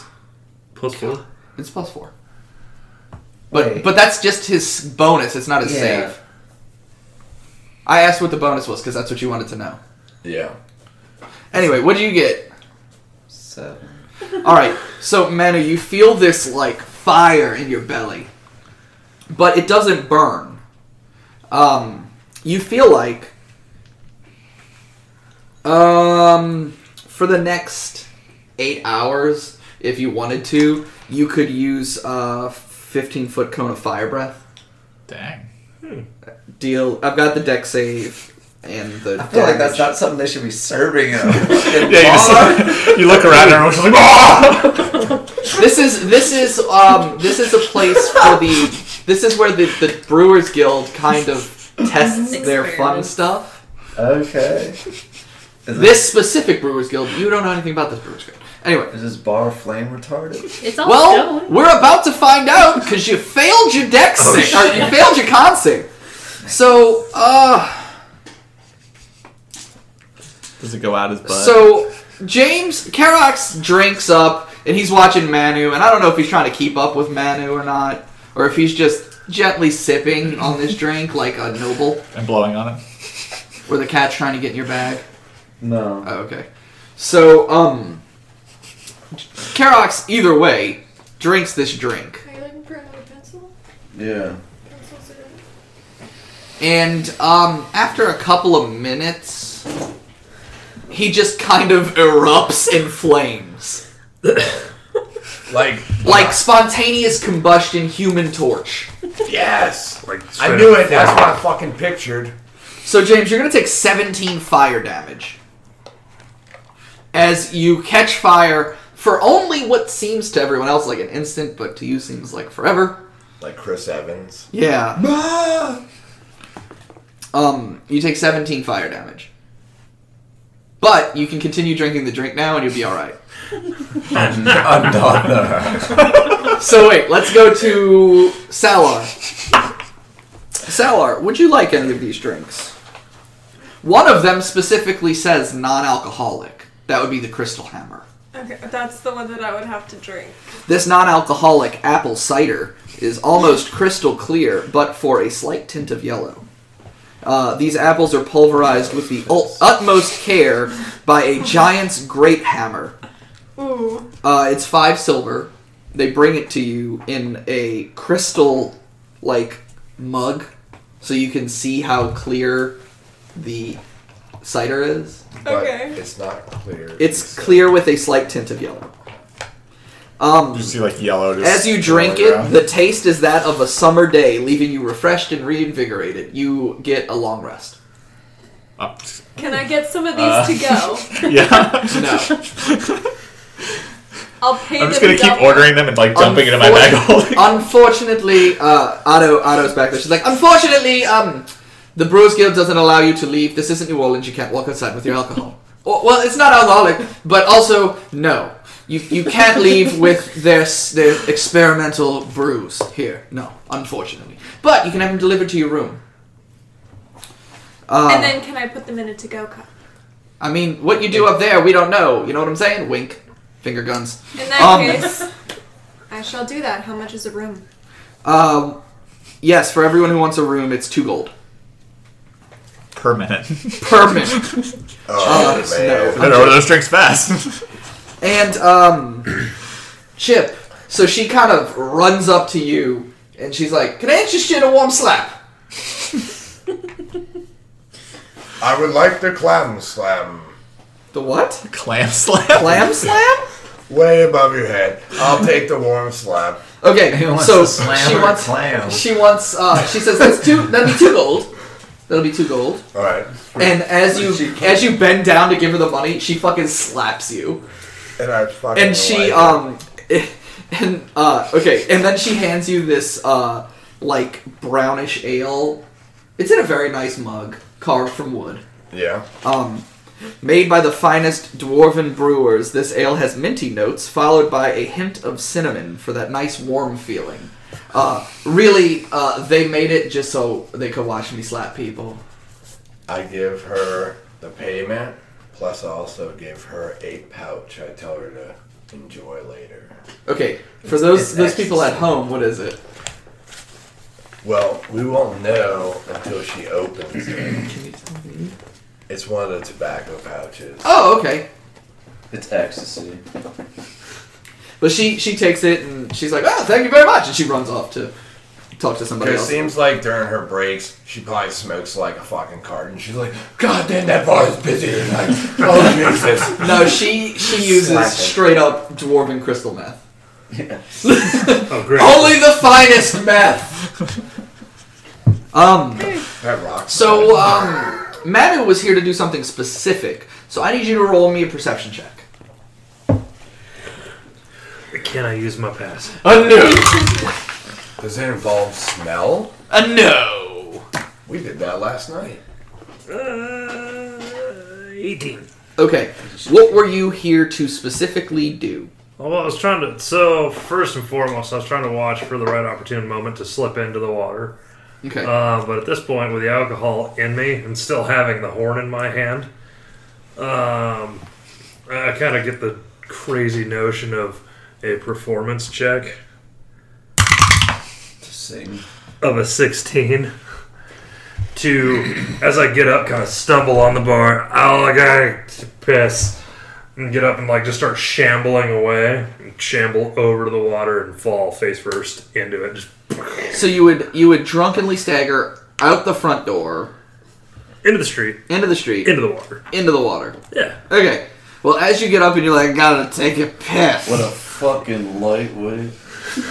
Speaker 6: plus four.
Speaker 1: It's plus four. But
Speaker 2: Wait.
Speaker 1: but that's just his bonus. It's not his
Speaker 2: Yeah.
Speaker 1: save. I asked what the bonus was because that's what you wanted to know.
Speaker 3: Yeah.
Speaker 1: Anyway, what do you get?
Speaker 2: Seven.
Speaker 1: All right, so Manu, you feel this like fire in your belly, but it doesn't burn. Um, you feel like, um, for the next eight hours, if you wanted to, you could use a fifteen foot cone of fire breath.
Speaker 4: Dang.
Speaker 1: Deal. I've got the deck save and the.
Speaker 2: I feel like that's
Speaker 1: damage.
Speaker 2: not something they should be serving
Speaker 3: [LAUGHS]
Speaker 2: in a
Speaker 4: Yeah,
Speaker 2: fucking
Speaker 4: you, just, [LAUGHS] you look around and everyone's just like, "Ah!"
Speaker 1: This is this is um this is a place for the this is where the, the Brewers Guild kind of tests their fun
Speaker 5: Experiments.
Speaker 1: stuff.
Speaker 2: bar. okay. Is
Speaker 1: This specific Brewers Guild, you don't know anything about this Brewers Guild. Anyway,
Speaker 2: Is this bar flame retarded?
Speaker 5: It's all
Speaker 1: well,
Speaker 5: stone.
Speaker 1: we're about to find out because you failed your deck save, or you failed your con save. So, uh,
Speaker 4: Does it go out his butt?
Speaker 1: so James Karox drinks up and he's watching Manu, and I don't know if he's trying to keep up with Manu or not, or if he's just gently sipping on this drink like a noble?
Speaker 4: and blowing on it.
Speaker 1: Were the cats trying to get in your bag?
Speaker 2: No.
Speaker 1: Oh, okay. So, um, Karox, either way, drinks this drink.
Speaker 7: Are you looking for another pencil?
Speaker 2: Yeah.
Speaker 7: Pencils are
Speaker 1: And um, after a couple of minutes, he just kind of erupts in flames.
Speaker 3: Like,
Speaker 1: Like spontaneous combustion human torch.
Speaker 3: yes.
Speaker 6: Like
Speaker 3: I knew it. That's what I fucking pictured.
Speaker 1: So, James, you're going to take 17 fire damage as you catch fire for only what seems to everyone else like an instant, but to you seems like forever.
Speaker 3: Like Chris Evans.
Speaker 1: Yeah. Um, you take 17 fire damage. But you can continue drinking the drink now and you'll be alright. [LAUGHS] So wait, let's go to Salar. Salar, would you like any of these drinks? One of them specifically says non-alcoholic. That would be the Crystal Hammer.
Speaker 7: good. Okay, that's the one that I would have to drink.
Speaker 1: This non-alcoholic apple cider is almost crystal clear, but for a slight tint of yellow. Uh, these apples are pulverized with the ul- utmost care by a giant's great hammer.
Speaker 7: Ooh.
Speaker 1: Uh, it's five silver. They bring it to you in a crystal like mug, so you can see how clear the cider is.
Speaker 3: But
Speaker 7: Okay.
Speaker 3: It's not clear.
Speaker 1: It's clear with a slight tint of yellow.
Speaker 4: You
Speaker 1: Um,
Speaker 4: see like yellow. Just
Speaker 1: as you drink
Speaker 4: rolling
Speaker 1: it,
Speaker 4: around.
Speaker 1: the taste is that of a summer day, leaving you refreshed and reinvigorated. You get a long rest.
Speaker 4: Up. [LAUGHS]
Speaker 7: Can
Speaker 1: Hmm.
Speaker 7: I get some of these
Speaker 4: Uh.
Speaker 7: to go?
Speaker 1: [LAUGHS]
Speaker 4: yeah.
Speaker 1: No.
Speaker 7: I'll pay
Speaker 4: I'm just
Speaker 7: them
Speaker 4: gonna keep
Speaker 7: double.
Speaker 4: ordering them and like dumping it in my
Speaker 1: Unfor-
Speaker 4: bag. [LAUGHS] holding-
Speaker 1: Unfortunately, uh, Otto, Otto's back there. She's like, unfortunately, um, the Brewers Guild doesn't allow you to leave. This isn't New Orleans. You can't walk outside with your alcohol. Or, well, it's not alcoholic, but also no. You, you can't leave with their s- their experimental brews here. No, unfortunately. But you can have them delivered to your room. Uh,
Speaker 7: And then can I put them in a to-go cup?
Speaker 1: I mean, what you do up there, we don't know. You know what I'm saying? Wink, finger guns.
Speaker 7: In that
Speaker 1: Um,
Speaker 7: case, I shall do that. How much is a room?
Speaker 1: Um, yes, for everyone who wants a room, it's two gold
Speaker 4: [LAUGHS] per minute.
Speaker 1: per minute.
Speaker 2: [LAUGHS]
Speaker 3: Oh,
Speaker 1: Oh,
Speaker 3: man.
Speaker 1: no.
Speaker 4: Better order those drinks fast. [LAUGHS]
Speaker 1: And um, Chip, so she kind of runs up to you and she's like, "Can I interest you in a warm slap?"
Speaker 3: I would like the clam slam
Speaker 1: The what?
Speaker 4: Clam slam.
Speaker 1: Clam
Speaker 2: [LAUGHS]
Speaker 1: slam?
Speaker 3: way above your head. I'll take the warm slap.
Speaker 1: Okay,
Speaker 2: Who wants
Speaker 1: so
Speaker 2: a slam
Speaker 1: she
Speaker 2: or a
Speaker 1: wants
Speaker 2: clam?
Speaker 1: she wants uh, she says that's two that'll be two gold. That'll be two gold.
Speaker 3: All right.
Speaker 1: And as you as you bend down to give her the money, she fucking slaps you.
Speaker 3: And I fucking
Speaker 1: and she
Speaker 3: like it.
Speaker 1: um [LAUGHS] and uh okay and then she hands you this uh like brownish ale it's in a very nice mug carved from wood
Speaker 3: yeah.
Speaker 1: um made by the finest dwarven brewers this ale has minty notes followed by a hint of cinnamon for that nice warm feeling uh really uh they made it just so they could watch me slap people
Speaker 3: I give her the payment, plus I also give her a pouch. I tell her to enjoy later.
Speaker 1: okay for those
Speaker 3: it's
Speaker 1: those
Speaker 3: extra
Speaker 1: people at
Speaker 3: cinnamon.
Speaker 1: home what is it
Speaker 3: Well, we won't know until she opens it.
Speaker 1: can you tell me
Speaker 3: It's one of the tobacco pouches.
Speaker 1: oh okay
Speaker 2: It's ecstasy.
Speaker 1: But she she takes it and she's like, "Oh, thank you very much," and she runs off to talk to somebody
Speaker 3: It
Speaker 1: else.
Speaker 3: seems like during her breaks, she probably smokes like a fucking card, and she's like, "God damn, that bar is busy
Speaker 1: [LAUGHS]
Speaker 3: tonight." Oh Jesus!
Speaker 1: No, she she uses
Speaker 2: Slapping.
Speaker 1: straight up dwarven crystal meth.
Speaker 6: Oh, great.
Speaker 1: Only the finest meth. um.
Speaker 3: That rocks.
Speaker 1: So um, Manu was here to do something specific. So I need you to roll me a perception check.
Speaker 6: Can I use my pass?
Speaker 1: A no.
Speaker 3: Does it involve smell?
Speaker 1: A no.
Speaker 3: We did that last night.
Speaker 6: Uh, 18.
Speaker 1: Okay. What were you here to specifically do?
Speaker 6: Well, I was trying to. So, first and foremost, I was trying to watch for the right opportune moment to slip into the water.
Speaker 1: Okay.
Speaker 6: Uh, but at this point, with the alcohol in me and still having the horn in my hand, um, I kind of get the crazy notion of a performance check to
Speaker 2: sing.
Speaker 6: of a 16 to, as I get up, kind of stumble on the bar. Oh, I gotta piss. And get up and like just start shambling away. And shamble over to the water and fall face first into it. Just
Speaker 1: So you would you would drunkenly stagger out the front door
Speaker 6: into the street,
Speaker 1: into the street
Speaker 6: into the water.
Speaker 1: into the water.
Speaker 6: Yeah.
Speaker 1: Okay. Well, as you get up and you're like, gotta take a piss.
Speaker 2: What a fucking lightweight.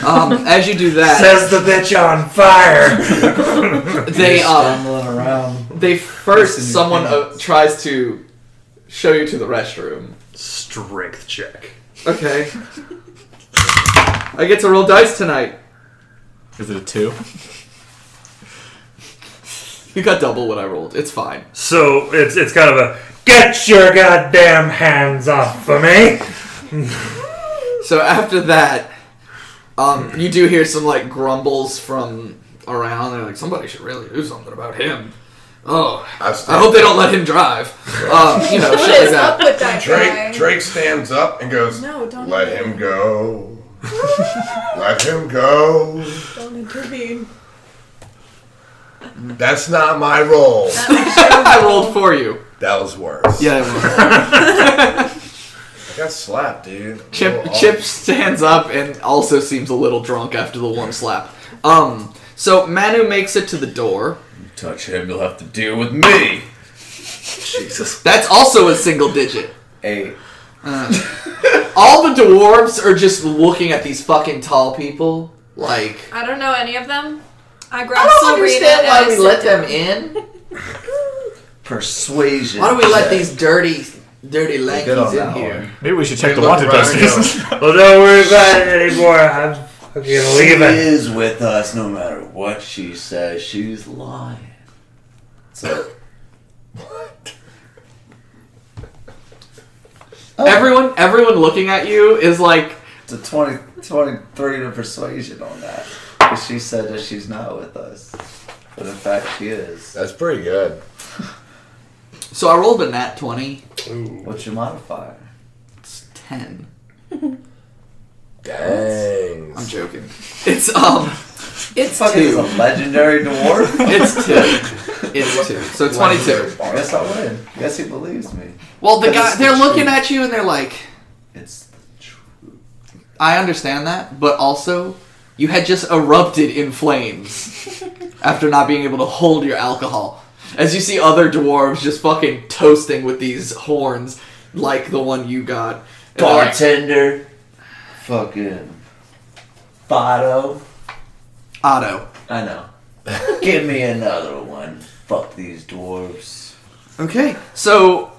Speaker 1: um,
Speaker 2: [LAUGHS]
Speaker 1: as you do that,
Speaker 6: the bitch on fire!
Speaker 1: they
Speaker 2: You're
Speaker 1: um,
Speaker 2: stumbling around.
Speaker 1: they first
Speaker 2: Piss in your
Speaker 1: someone uh,
Speaker 2: pants.
Speaker 1: tries to show you to the restroom.
Speaker 6: Strength check.
Speaker 1: Okay. I get to roll dice tonight.
Speaker 4: Is it a two?
Speaker 1: You got double what I rolled. It's fine.
Speaker 6: So it's it's kind of a get your goddamn hands off of me.
Speaker 1: So after that, um, you do hear some like grumbles from around. They're like, somebody should really do something about him. Oh,
Speaker 3: I've
Speaker 1: I hope they don't let him
Speaker 2: [LAUGHS]
Speaker 1: drive. Um, you know,
Speaker 7: What
Speaker 1: shit like
Speaker 7: is
Speaker 1: that.
Speaker 7: up with that guy?
Speaker 3: Drake, Drake stands up and goes,
Speaker 7: No, don't
Speaker 3: Let
Speaker 7: do
Speaker 3: him go. Let him go.
Speaker 7: Don't intervene.
Speaker 3: That's not my role.
Speaker 1: I rolled for you.
Speaker 3: That was worse.
Speaker 1: Yeah. I rolled.
Speaker 3: I got slapped, dude.
Speaker 1: Chip
Speaker 3: Well,
Speaker 1: Chip stands up and also seems a little drunk after the one slap. Um. So Manu makes it to the door.
Speaker 2: You touch him, you'll have to deal with me.
Speaker 4: Jesus.
Speaker 1: That's also a single digit.
Speaker 2: Eight.
Speaker 1: Uh. All the dwarves are just looking at these fucking tall people. Like,
Speaker 7: I don't know any of them. I
Speaker 1: I
Speaker 7: grabbed
Speaker 1: don't
Speaker 7: Silverina
Speaker 1: understand
Speaker 7: and
Speaker 1: why
Speaker 7: I
Speaker 1: we
Speaker 7: sit
Speaker 1: let
Speaker 7: down.
Speaker 1: them in.
Speaker 2: Persuasion.
Speaker 1: Why do we let
Speaker 2: check.
Speaker 1: these dirty, dirty
Speaker 2: Good on
Speaker 1: lankies in
Speaker 2: that
Speaker 1: here?
Speaker 2: one.
Speaker 4: Maybe we should check the
Speaker 3: They look
Speaker 4: wanted
Speaker 3: around
Speaker 4: list.
Speaker 6: Well, don't worry about it anymore. I'm fucking
Speaker 2: She
Speaker 6: leaving.
Speaker 2: is with us no matter what she says. She's lying.
Speaker 1: [LAUGHS]
Speaker 2: So,
Speaker 1: Oh. Everyone, everyone looking at you is like,
Speaker 2: it's a 20, 23 to persuasion on that. 'Cause she said that she's not with us. But in fact, she is.
Speaker 3: That's pretty good.
Speaker 1: so I rolled a nat twenty.
Speaker 2: What's your modifier?
Speaker 1: It's ten.
Speaker 3: Dang.
Speaker 1: I'm joking. It's um, it's
Speaker 2: Fucking is a
Speaker 1: two.
Speaker 2: legendary dwarf.
Speaker 1: It's two. [LAUGHS] It's two. So [LAUGHS] twenty-two.
Speaker 2: I guess I win. I guess he believes me.
Speaker 1: Well, the
Speaker 2: That
Speaker 1: guy,
Speaker 2: is the
Speaker 1: they're looking
Speaker 2: truth.
Speaker 1: at you and they're like,
Speaker 2: It's the truth.
Speaker 1: I understand that, but also, you had just erupted in [LAUGHS] flames after not being able to hold your alcohol. As you see other dwarves just fucking toasting with these horns, like the one you got. And they're like,
Speaker 2: Bartender. Fucking. Botto.
Speaker 1: Otto.
Speaker 2: I know. [LAUGHS] Give me another one. Fuck these dwarves.
Speaker 1: Okay. So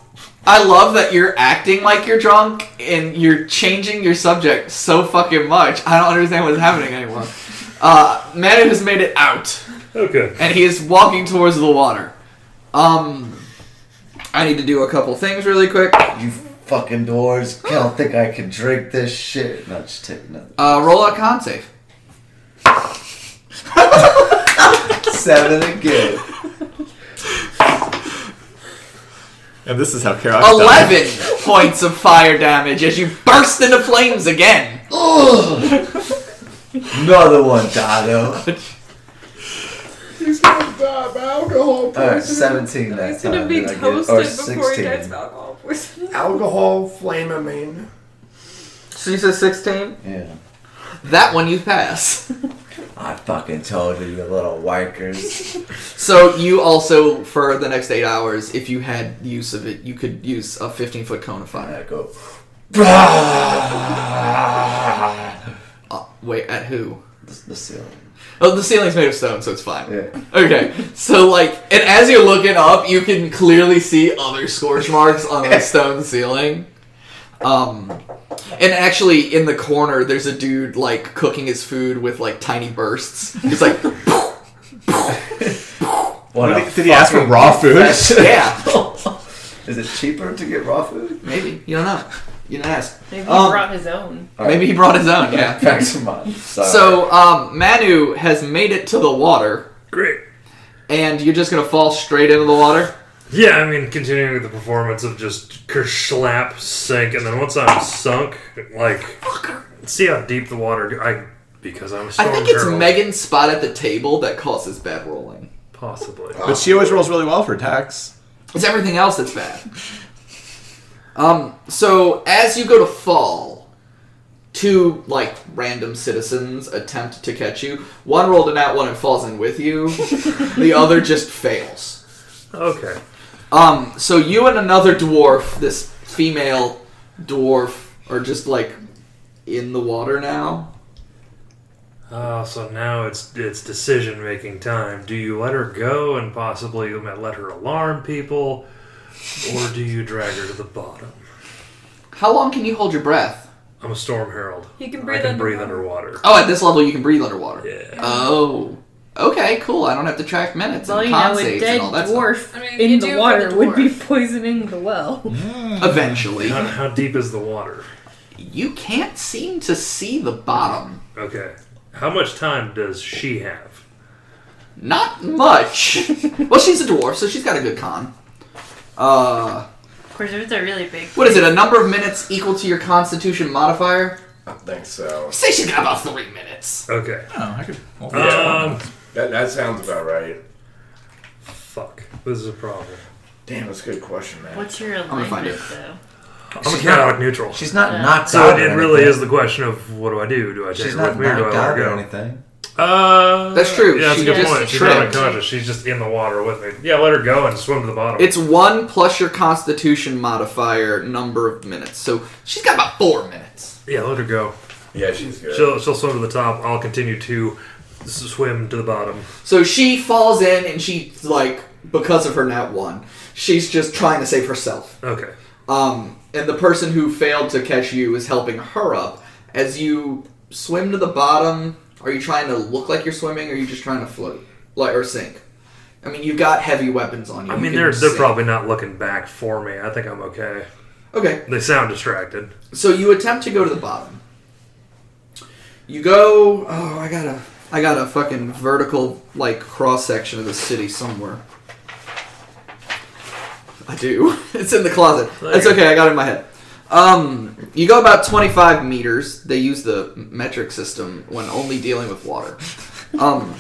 Speaker 1: I love that you're acting like you're drunk and you're changing your subject so fucking much. I don't understand what's happening anymore. Uh, Manu has made it out
Speaker 6: Okay.
Speaker 1: and he is walking towards the water. Um, I need to do a couple things really quick.
Speaker 2: You fucking dwarves. I don't think I can drink this shit. No, just take another.
Speaker 1: Uh, roll out con save.
Speaker 2: Seven again.
Speaker 4: [LAUGHS] and this is how Carol.
Speaker 1: Eleven points of fire damage as you burst into flames again.
Speaker 2: Ugh. Another one, Dotto.
Speaker 3: He's gonna die by alcohol
Speaker 2: Alright, 17 that
Speaker 8: He's
Speaker 2: time.
Speaker 6: Uh,
Speaker 8: gonna be
Speaker 2: Did I get- or
Speaker 8: toasted before he
Speaker 2: 16.
Speaker 8: dies of alcohol
Speaker 7: [LAUGHS]
Speaker 8: poisoning.
Speaker 3: Alcohol flamamine.
Speaker 1: So you said sixteen.
Speaker 2: Yeah.
Speaker 1: That one you pass.
Speaker 2: I fucking told you, you little
Speaker 8: [LAUGHS]
Speaker 2: wankers.
Speaker 1: So you also, for the next eight hours, if you had use of it, you could use a 15 foot cone of fire.
Speaker 2: I go.
Speaker 1: Uh, wait, at who?
Speaker 2: The, the ceiling.
Speaker 1: Oh, the ceiling's made of stone, so it's fine.
Speaker 2: Yeah.
Speaker 1: Okay, so like, and as you're looking up, you can clearly see other scorch marks on the stone ceiling. Um, and actually, in the corner, there's a dude like cooking his food with like tiny bursts. It's like, [LAUGHS]
Speaker 2: What a
Speaker 4: Did he- did he ask for
Speaker 2: fucking
Speaker 4: raw food?
Speaker 2: professional.
Speaker 1: yeah,
Speaker 2: Is it cheaper to get raw food? [LAUGHS]
Speaker 1: maybe you don't know. You didn't ask.
Speaker 5: Maybe he
Speaker 1: Um,
Speaker 5: brought his own.
Speaker 1: Maybe he brought his own. Yeah.
Speaker 2: Back to mine. Sorry.
Speaker 1: So um, Manu has made it to the water,
Speaker 6: Great.
Speaker 1: and you're just gonna fall straight into the water.
Speaker 6: Yeah, I mean, continuing with the performance of just kerslap sink, and then once I'm sunk, like, see how deep the water. I because I'm a storm
Speaker 1: I think it's
Speaker 6: girl.
Speaker 1: Megan's spot at the table that causes bad rolling.
Speaker 6: Possibly.
Speaker 3: Oh.
Speaker 4: But she always rolls really well for attacks.
Speaker 1: It's everything else that's bad. [LAUGHS] Um, so as you go to fall, two like random citizens attempt to catch you. One rolled an out one and falls in with [LAUGHS] you. the other just fails.
Speaker 6: Okay.
Speaker 1: Um, so you and another dwarf, this female dwarf, are just like in the water now.
Speaker 6: Uh, so now it's it's decision making time. Do you let her go and possibly let her alarm people, or do you drag her to the bottom?
Speaker 1: How long can you hold your breath?
Speaker 6: I'm a storm herald.
Speaker 7: You can
Speaker 6: I
Speaker 7: breathe
Speaker 6: can breathe
Speaker 7: underwater.
Speaker 6: underwater.
Speaker 1: Oh, at this level you can breathe underwater.
Speaker 6: Yeah.
Speaker 1: Oh. Okay, cool. I don't have to track minutes
Speaker 5: Well,
Speaker 1: and
Speaker 5: you
Speaker 1: con
Speaker 5: know, a
Speaker 1: saves
Speaker 5: dead
Speaker 1: and all that stuff.
Speaker 5: dwarf
Speaker 7: I mean, if you
Speaker 5: in
Speaker 7: do it
Speaker 5: the
Speaker 7: for
Speaker 5: water
Speaker 7: the
Speaker 5: would be
Speaker 7: dwarf.
Speaker 5: poisoning the well.
Speaker 1: [LAUGHS] Eventually.
Speaker 6: How, how deep is the water?
Speaker 1: You can't seem to see the bottom.
Speaker 6: Okay. How much time does she have?
Speaker 1: Not
Speaker 5: [LAUGHS]
Speaker 1: much. well, she's a dwarf, so she's got a good con. Uh,
Speaker 5: Of course, if it's a really big.
Speaker 1: what is it? A number of minutes equal to your Constitution modifier?
Speaker 3: I think so.
Speaker 1: Say she's got about three minutes.
Speaker 6: Okay.
Speaker 4: Oh, I could. Well,
Speaker 9: Uh,
Speaker 6: Um.
Speaker 3: That, that sounds about right.
Speaker 6: Fuck. This is a problem.
Speaker 3: Damn, that's a good question, man.
Speaker 5: What's your
Speaker 1: gonna find
Speaker 5: alignment though?
Speaker 6: I'm a chaotic neutral.
Speaker 9: She's not
Speaker 5: Yeah.
Speaker 9: knocked
Speaker 6: So
Speaker 9: out.
Speaker 6: it,
Speaker 9: or
Speaker 6: it really
Speaker 9: anything.
Speaker 6: is the question of what do I do? Do I take
Speaker 9: She's
Speaker 6: her with
Speaker 9: not
Speaker 6: me or do I
Speaker 9: knocked
Speaker 6: let
Speaker 9: out
Speaker 6: her
Speaker 9: or
Speaker 6: go?
Speaker 9: anything.
Speaker 6: Uh,
Speaker 1: That's true.
Speaker 6: Yeah,
Speaker 1: She
Speaker 6: that's a good
Speaker 1: just
Speaker 6: point. She's not
Speaker 1: tripped.
Speaker 6: unconscious. She's just in the water with me. Yeah, let her go and swim to the bottom.
Speaker 1: It's one plus your Constitution modifier number of minutes. So she's got about four minutes.
Speaker 6: yeah, let her go.
Speaker 3: Yeah, she's good.
Speaker 6: She'll, she'll swim to the top. I'll continue to s- swim to the bottom.
Speaker 1: So she falls in, and she like because of her nat one, she's just trying to save herself.
Speaker 6: Okay.
Speaker 1: Um, and the person who failed to catch you is helping her up. As you swim to the bottom, are you trying to look like you're swimming, or are you just trying to float, like or sink? I mean, you've got heavy weapons on you.
Speaker 6: I
Speaker 1: You
Speaker 6: mean,
Speaker 1: can
Speaker 6: they're they're
Speaker 1: sink.
Speaker 6: probably not looking back for me. I think I'm okay.
Speaker 1: okay.
Speaker 6: They sound distracted.
Speaker 1: So you attempt to go to the bottom. You go. Oh, I got a, I got a fucking vertical like cross section of the city somewhere. I do. [LAUGHS] It's in the closet. It's okay. I got it in my head. Um, you go about 25 meters. They use the metric system when only dealing with water. Um,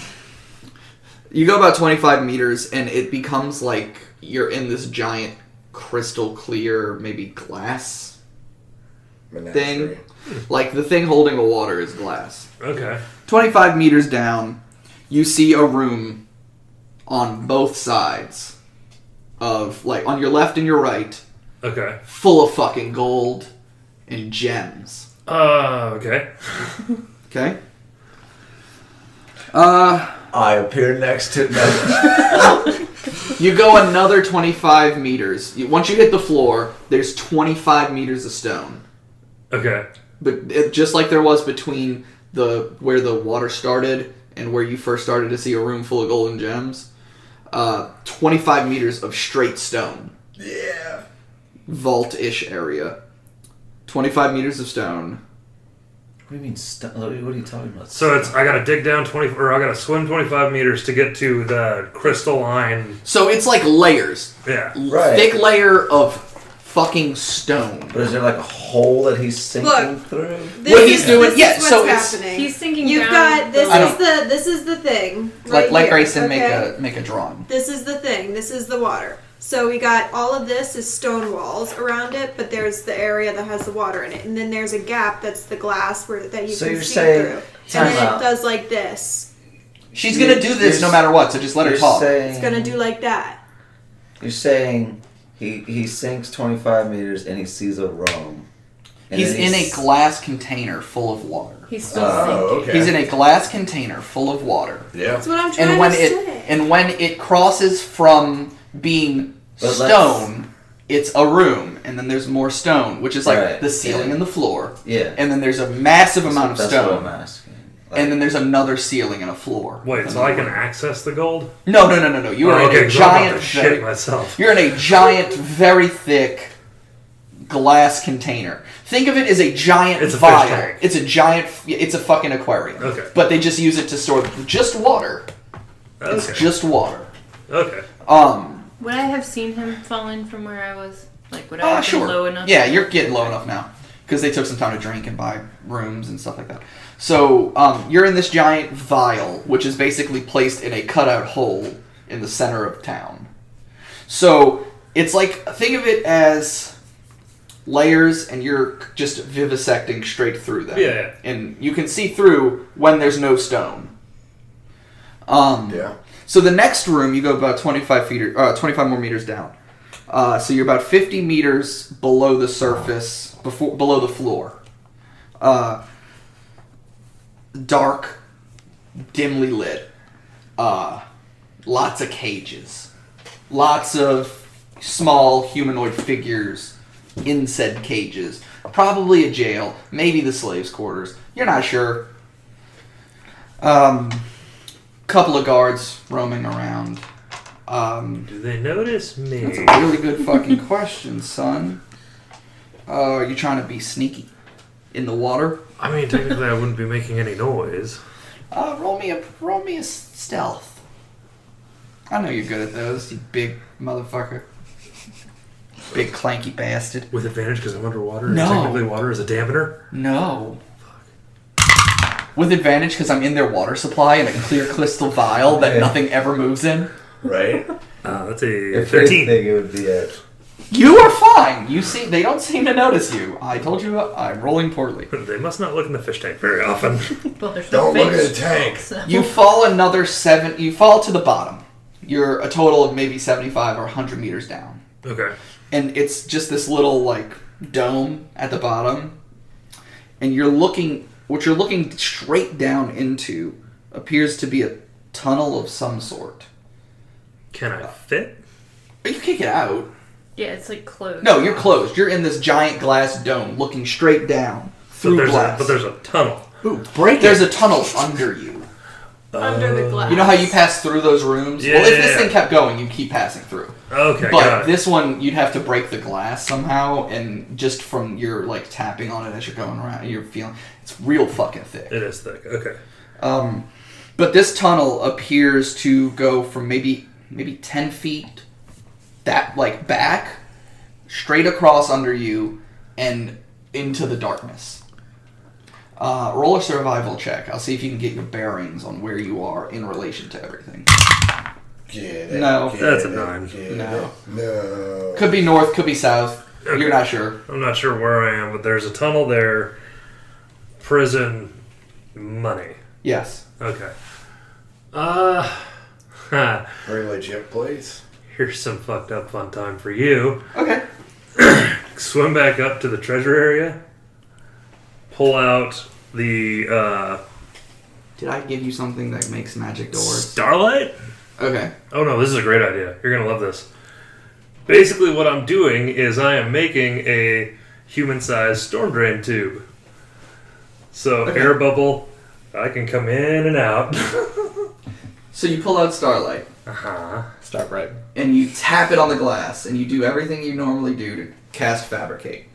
Speaker 1: you go about 25 meters, and it becomes like you're in this giant crystal clear, maybe glass
Speaker 3: Menagerie.
Speaker 1: thing. Like the thing holding the water is glass.
Speaker 6: Okay.
Speaker 1: 25 meters down, you see a room on both sides of like on your left and your right,
Speaker 6: Okay.
Speaker 1: full of fucking gold and gems.
Speaker 6: Uh. Okay.
Speaker 1: Okay? Uh
Speaker 9: I appear next to them.
Speaker 1: you go another 25 meters. You- Once you hit the floor, there's 25 meters of stone.
Speaker 6: Okay.
Speaker 1: But it, just like there was between the where the water started and where you first started to see a room full of golden gems, uh, 25 meters of straight stone,
Speaker 3: Yeah.
Speaker 1: vault-ish area. 25 meters of stone.
Speaker 9: What do you mean? St- what are you talking about?
Speaker 6: So it's I gotta dig down twenty or I gotta swim twenty five meters to get to the crystalline.
Speaker 1: So it's like layers,
Speaker 6: Yeah.
Speaker 9: Right.
Speaker 1: thick layer of fucking stone.
Speaker 9: But is there like a hole that he's sinking
Speaker 7: Look.
Speaker 9: through?
Speaker 7: This
Speaker 1: What
Speaker 7: is-
Speaker 1: he's doing-
Speaker 7: This
Speaker 1: yeah,
Speaker 7: is what's
Speaker 1: so it's-
Speaker 7: happening.
Speaker 5: He's thinking
Speaker 7: You've
Speaker 5: down
Speaker 7: got this
Speaker 1: I
Speaker 7: is the this is the thing.
Speaker 1: Like
Speaker 7: right
Speaker 1: like
Speaker 7: here,
Speaker 1: Grayson,
Speaker 7: okay?
Speaker 1: make a make a drawing.
Speaker 7: This is the thing. This is the water. So we got all of this is stone walls around it, but there's the area that has the water in it, and then there's a gap that's the glass where that you
Speaker 9: So
Speaker 7: can
Speaker 9: you're
Speaker 7: see
Speaker 9: saying-
Speaker 7: through,
Speaker 9: time
Speaker 7: and then
Speaker 9: out.
Speaker 7: it does like this.
Speaker 1: She's gonna do this no matter what, so just let her
Speaker 9: you're
Speaker 1: talk.
Speaker 9: Saying,
Speaker 7: It's gonna do like that.
Speaker 9: You're saying he he sinks 25 meters and he sees a roam. And
Speaker 1: He's
Speaker 9: then
Speaker 1: in a
Speaker 9: he's-
Speaker 1: glass container full of water.
Speaker 5: He's still
Speaker 3: Oh, okay.
Speaker 1: He's in a glass container full of water.
Speaker 3: yeah.
Speaker 7: That's what I'm trying
Speaker 1: and when
Speaker 7: to
Speaker 1: it
Speaker 7: say.
Speaker 1: and when it crosses from being
Speaker 9: But let's-
Speaker 1: stone it's a room and then there's more stone which is like
Speaker 9: Right,
Speaker 1: the ceiling
Speaker 9: yeah.
Speaker 1: and the floor
Speaker 9: Yeah.
Speaker 1: and then there's a massive amount of
Speaker 9: That's what
Speaker 1: stone
Speaker 9: I'm asking. Like,
Speaker 1: and then there's another ceiling and a floor
Speaker 6: Wait, so I can access the gold?
Speaker 1: no no no no no you are
Speaker 6: Oh,
Speaker 1: in a
Speaker 6: 'cause I'm about
Speaker 1: giant
Speaker 6: to shit
Speaker 1: very,
Speaker 6: myself.
Speaker 1: you're in a giant very thick glass container think of it as a giant
Speaker 6: It's a fish
Speaker 1: vial
Speaker 6: tank.
Speaker 1: it's a giant it's a fucking aquarium
Speaker 6: Okay.
Speaker 1: but they just use it to store just water it's
Speaker 6: Okay.
Speaker 1: just water
Speaker 6: okay.
Speaker 1: um
Speaker 5: Would I have seen him fall in from where I was? Like, would I
Speaker 1: Ah,
Speaker 5: have been
Speaker 1: sure.
Speaker 5: low enough?
Speaker 1: Yeah, you're getting low enough now because they took some time to drink and buy rooms and stuff like that. So um, you're in this giant vial, which is basically placed in a cutout hole in the center of town. So it's like think of it as layers, and you're just vivisecting straight through them.
Speaker 6: Yeah.
Speaker 1: and you can see through when there's no stone. Um,
Speaker 3: Yeah.
Speaker 1: So the next room, you go about 25 feet, or, uh, 25 more meters down. Uh, so you're about 50 meters below the surface, before below the floor. Uh, dark, dimly lit. Uh, lots of cages. Lots of small humanoid figures in said cages. Probably a jail, maybe the slaves' quarters. You're not sure. Um, couple of guards roaming around. Um,
Speaker 6: Do they notice me?
Speaker 1: that's a really good fucking question, son. Uh, are you trying to be sneaky in the water?
Speaker 6: I mean, technically, I wouldn't be making any noise.
Speaker 1: Uh, roll me a roll me a s- stealth. I know you're good at those, you big motherfucker, big clanky bastard.
Speaker 6: With advantage because I'm underwater.
Speaker 1: No.
Speaker 6: And technically, water is a dampener.
Speaker 1: No. With advantage because I'm in their water supply in a clear crystal vial that
Speaker 9: Okay.
Speaker 1: nothing ever moves in.
Speaker 3: Right?
Speaker 6: Uh, that's a
Speaker 9: If
Speaker 6: 13.
Speaker 9: anything, it would be a
Speaker 1: You are fine. You see, they don't seem to notice you. I told you I'm rolling poorly.
Speaker 6: They must not look in the fish tank very often. [LAUGHS]
Speaker 5: Well, there's no
Speaker 3: Don't look
Speaker 5: fish,
Speaker 3: at the
Speaker 5: [LAUGHS]
Speaker 3: tank.
Speaker 5: so-
Speaker 1: You fall another seven. You fall to the bottom. You're a total of maybe 75 or 100 meters down,
Speaker 6: okay.
Speaker 1: and it's just this little like dome at the bottom, and you're looking. What you're looking straight down into appears to be a tunnel of some sort.
Speaker 6: Can I fit?
Speaker 1: But you can't get out.
Speaker 5: yeah, it's like closed.
Speaker 1: No, you're closed. You're in this giant glass dome, looking straight down
Speaker 6: But
Speaker 1: through
Speaker 6: there's, a,
Speaker 1: glass.
Speaker 6: but there's a tunnel.
Speaker 1: Ooh, break There's a tunnel under you.
Speaker 7: under the glass.
Speaker 1: You know how you pass through those rooms?
Speaker 6: Yeah,
Speaker 1: well, if
Speaker 6: yeah,
Speaker 1: this
Speaker 6: yeah.
Speaker 1: thing kept going, you'd keep passing through.
Speaker 6: Okay,
Speaker 1: but
Speaker 6: got it.
Speaker 1: this one, you'd have to break the glass somehow, and just from your like tapping on it as you're going around, you're feeling it's real fucking thick.
Speaker 6: It is thick. Okay.
Speaker 1: Um, but this tunnel appears to go from maybe maybe ten feet that like back straight across under you and into the darkness. Uh, roll a survival check. I'll see if you can get your bearings on where you are in relation to everything.
Speaker 3: Get it,
Speaker 1: No.
Speaker 3: get
Speaker 6: That's a
Speaker 3: it,
Speaker 6: nine.
Speaker 3: get
Speaker 1: No.
Speaker 3: it. No.
Speaker 1: Could be north, could be south. You're not sure.
Speaker 6: I'm not sure where I am, but there's a tunnel there. Prison money.
Speaker 1: Yes.
Speaker 6: Okay. Uh, [LAUGHS] huh.
Speaker 3: Very legit place.
Speaker 6: here's some fucked up fun time for you.
Speaker 1: Okay.
Speaker 6: Swim back up to the treasure area. Pull out the uh,
Speaker 1: Did I give you something that makes magic doors?
Speaker 6: starlight.
Speaker 1: Okay.
Speaker 6: Oh no, this is a great idea. You're gonna love this. Basically, what I'm doing is I am making a human-sized storm drain tube. So
Speaker 1: Okay.
Speaker 6: air bubble, I can come in and out. [LAUGHS]
Speaker 1: So you pull out Starlight.
Speaker 6: uh-huh.
Speaker 4: Start right.
Speaker 1: and you tap it on the glass and you do everything you normally do to cast fabricate.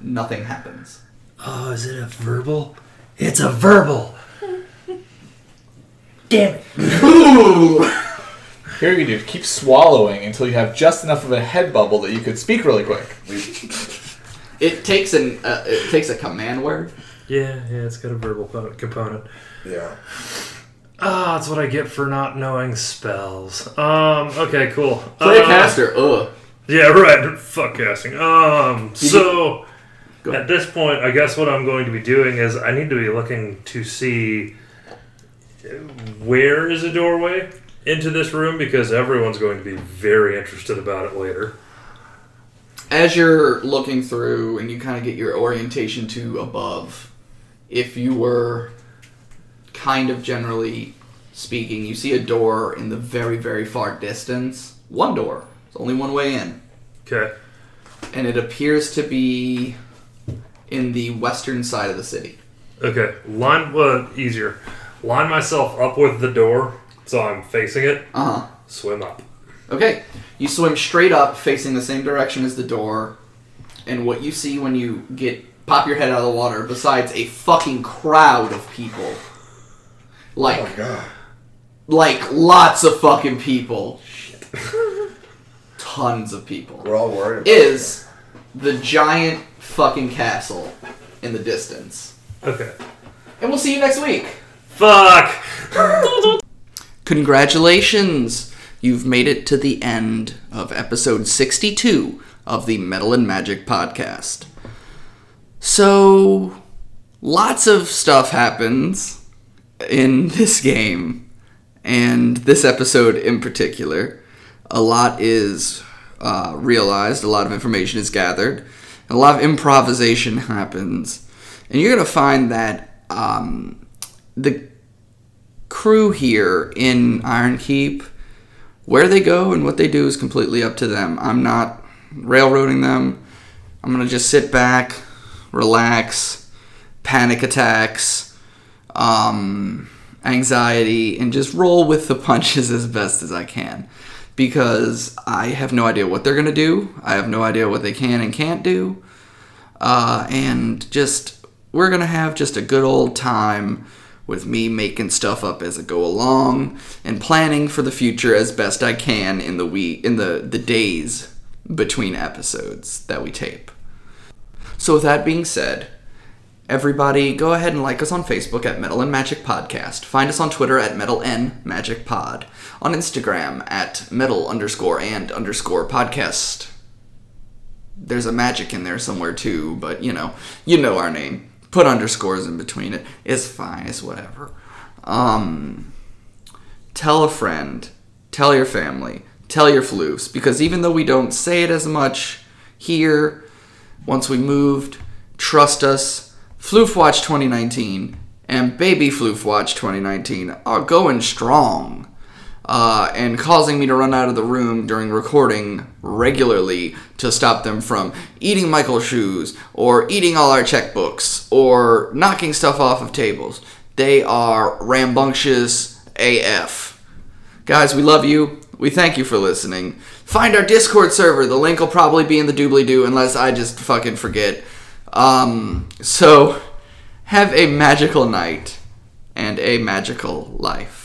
Speaker 1: Nothing happens.
Speaker 6: Oh, is it a verbal? It's a verbal. Damn it!
Speaker 4: Here you do. Keep swallowing until you have just enough of a head bubble that you could speak really quick.
Speaker 1: It takes an uh, it takes a command word.
Speaker 6: Yeah, yeah, it's got a verbal po- component.
Speaker 3: Yeah.
Speaker 6: Ah, that's what I get for not knowing spells. Um, okay, cool.
Speaker 1: Play
Speaker 6: Uh,
Speaker 1: a caster. Ugh.
Speaker 6: Yeah, right. Fuck casting. Um, so
Speaker 1: Go
Speaker 6: at this point, I guess what I'm going to be doing is I need to be looking to see where is a doorway into this room because everyone's going to be very interested about it later.
Speaker 1: As you're looking through and you kind of get your orientation to above, if you were kind of generally speaking, you see a door in the very very far distance. One door. There's only one way in.
Speaker 6: Okay.
Speaker 1: and it appears to be in the western side of the city.
Speaker 6: Okay, line well, easier. Line myself up with the door so I'm facing it.
Speaker 1: Uh huh.
Speaker 6: Swim up.
Speaker 1: Okay. You swim straight up, facing the same direction as the door, and what you see when you get pop your head out of the water, besides a fucking crowd of people, like
Speaker 3: Oh, God.
Speaker 1: like lots of fucking people, tons of people,
Speaker 3: We're all worried about
Speaker 1: is the giant fucking castle in the distance.
Speaker 6: Okay.
Speaker 1: And we'll see you next week.
Speaker 6: Fuck!
Speaker 1: Congratulations! You've made it to the end of episode 62 of the Metal and Magic podcast. So, lots of stuff happens in [LAUGHS] this game, and this episode in particular. A lot is uh, realized, a lot of information is gathered, and a lot of improvisation [LAUGHS] happens. And you're going to find that um, the crew here in Iron Keep, where they go and what they do is completely up to them. I'm not railroading them. I'm gonna just sit back, relax, panic attacks, um, anxiety, and just roll with the [LAUGHS] punches as best as I can. Because I have no idea what they're gonna do. I have no idea what they can and can't do uh, and just we're gonna have just a good old time with me making stuff up as I go along and planning for the future as best I can in the week in the the days between episodes that we tape. So with that being said, everybody go ahead and like us on Facebook at Metal and Magic Podcast. Find us on Twitter at Metal N Magic Pod. On Instagram at Metal underscore and underscore podcast there's a magic in there somewhere too, but you know, you know our name. Put underscores in between it. It's fine. It's whatever. Um, tell a friend. Tell your family. Tell your floofs. Because even though we don't say it as much here, once we moved, trust us. Floof Watch 2019 and Baby Floof Watch 2019 are going strong uh, and causing me to run out of the room during recording regularly to stop them from eating Michael's shoes or eating all our checkbooks or knocking stuff off of tables. They are rambunctious AF. Guys, we love you. We thank you for listening. Find our Discord server. The link will probably be in the doobly doo unless I just fucking forget. Um, so, have a magical night and a magical life.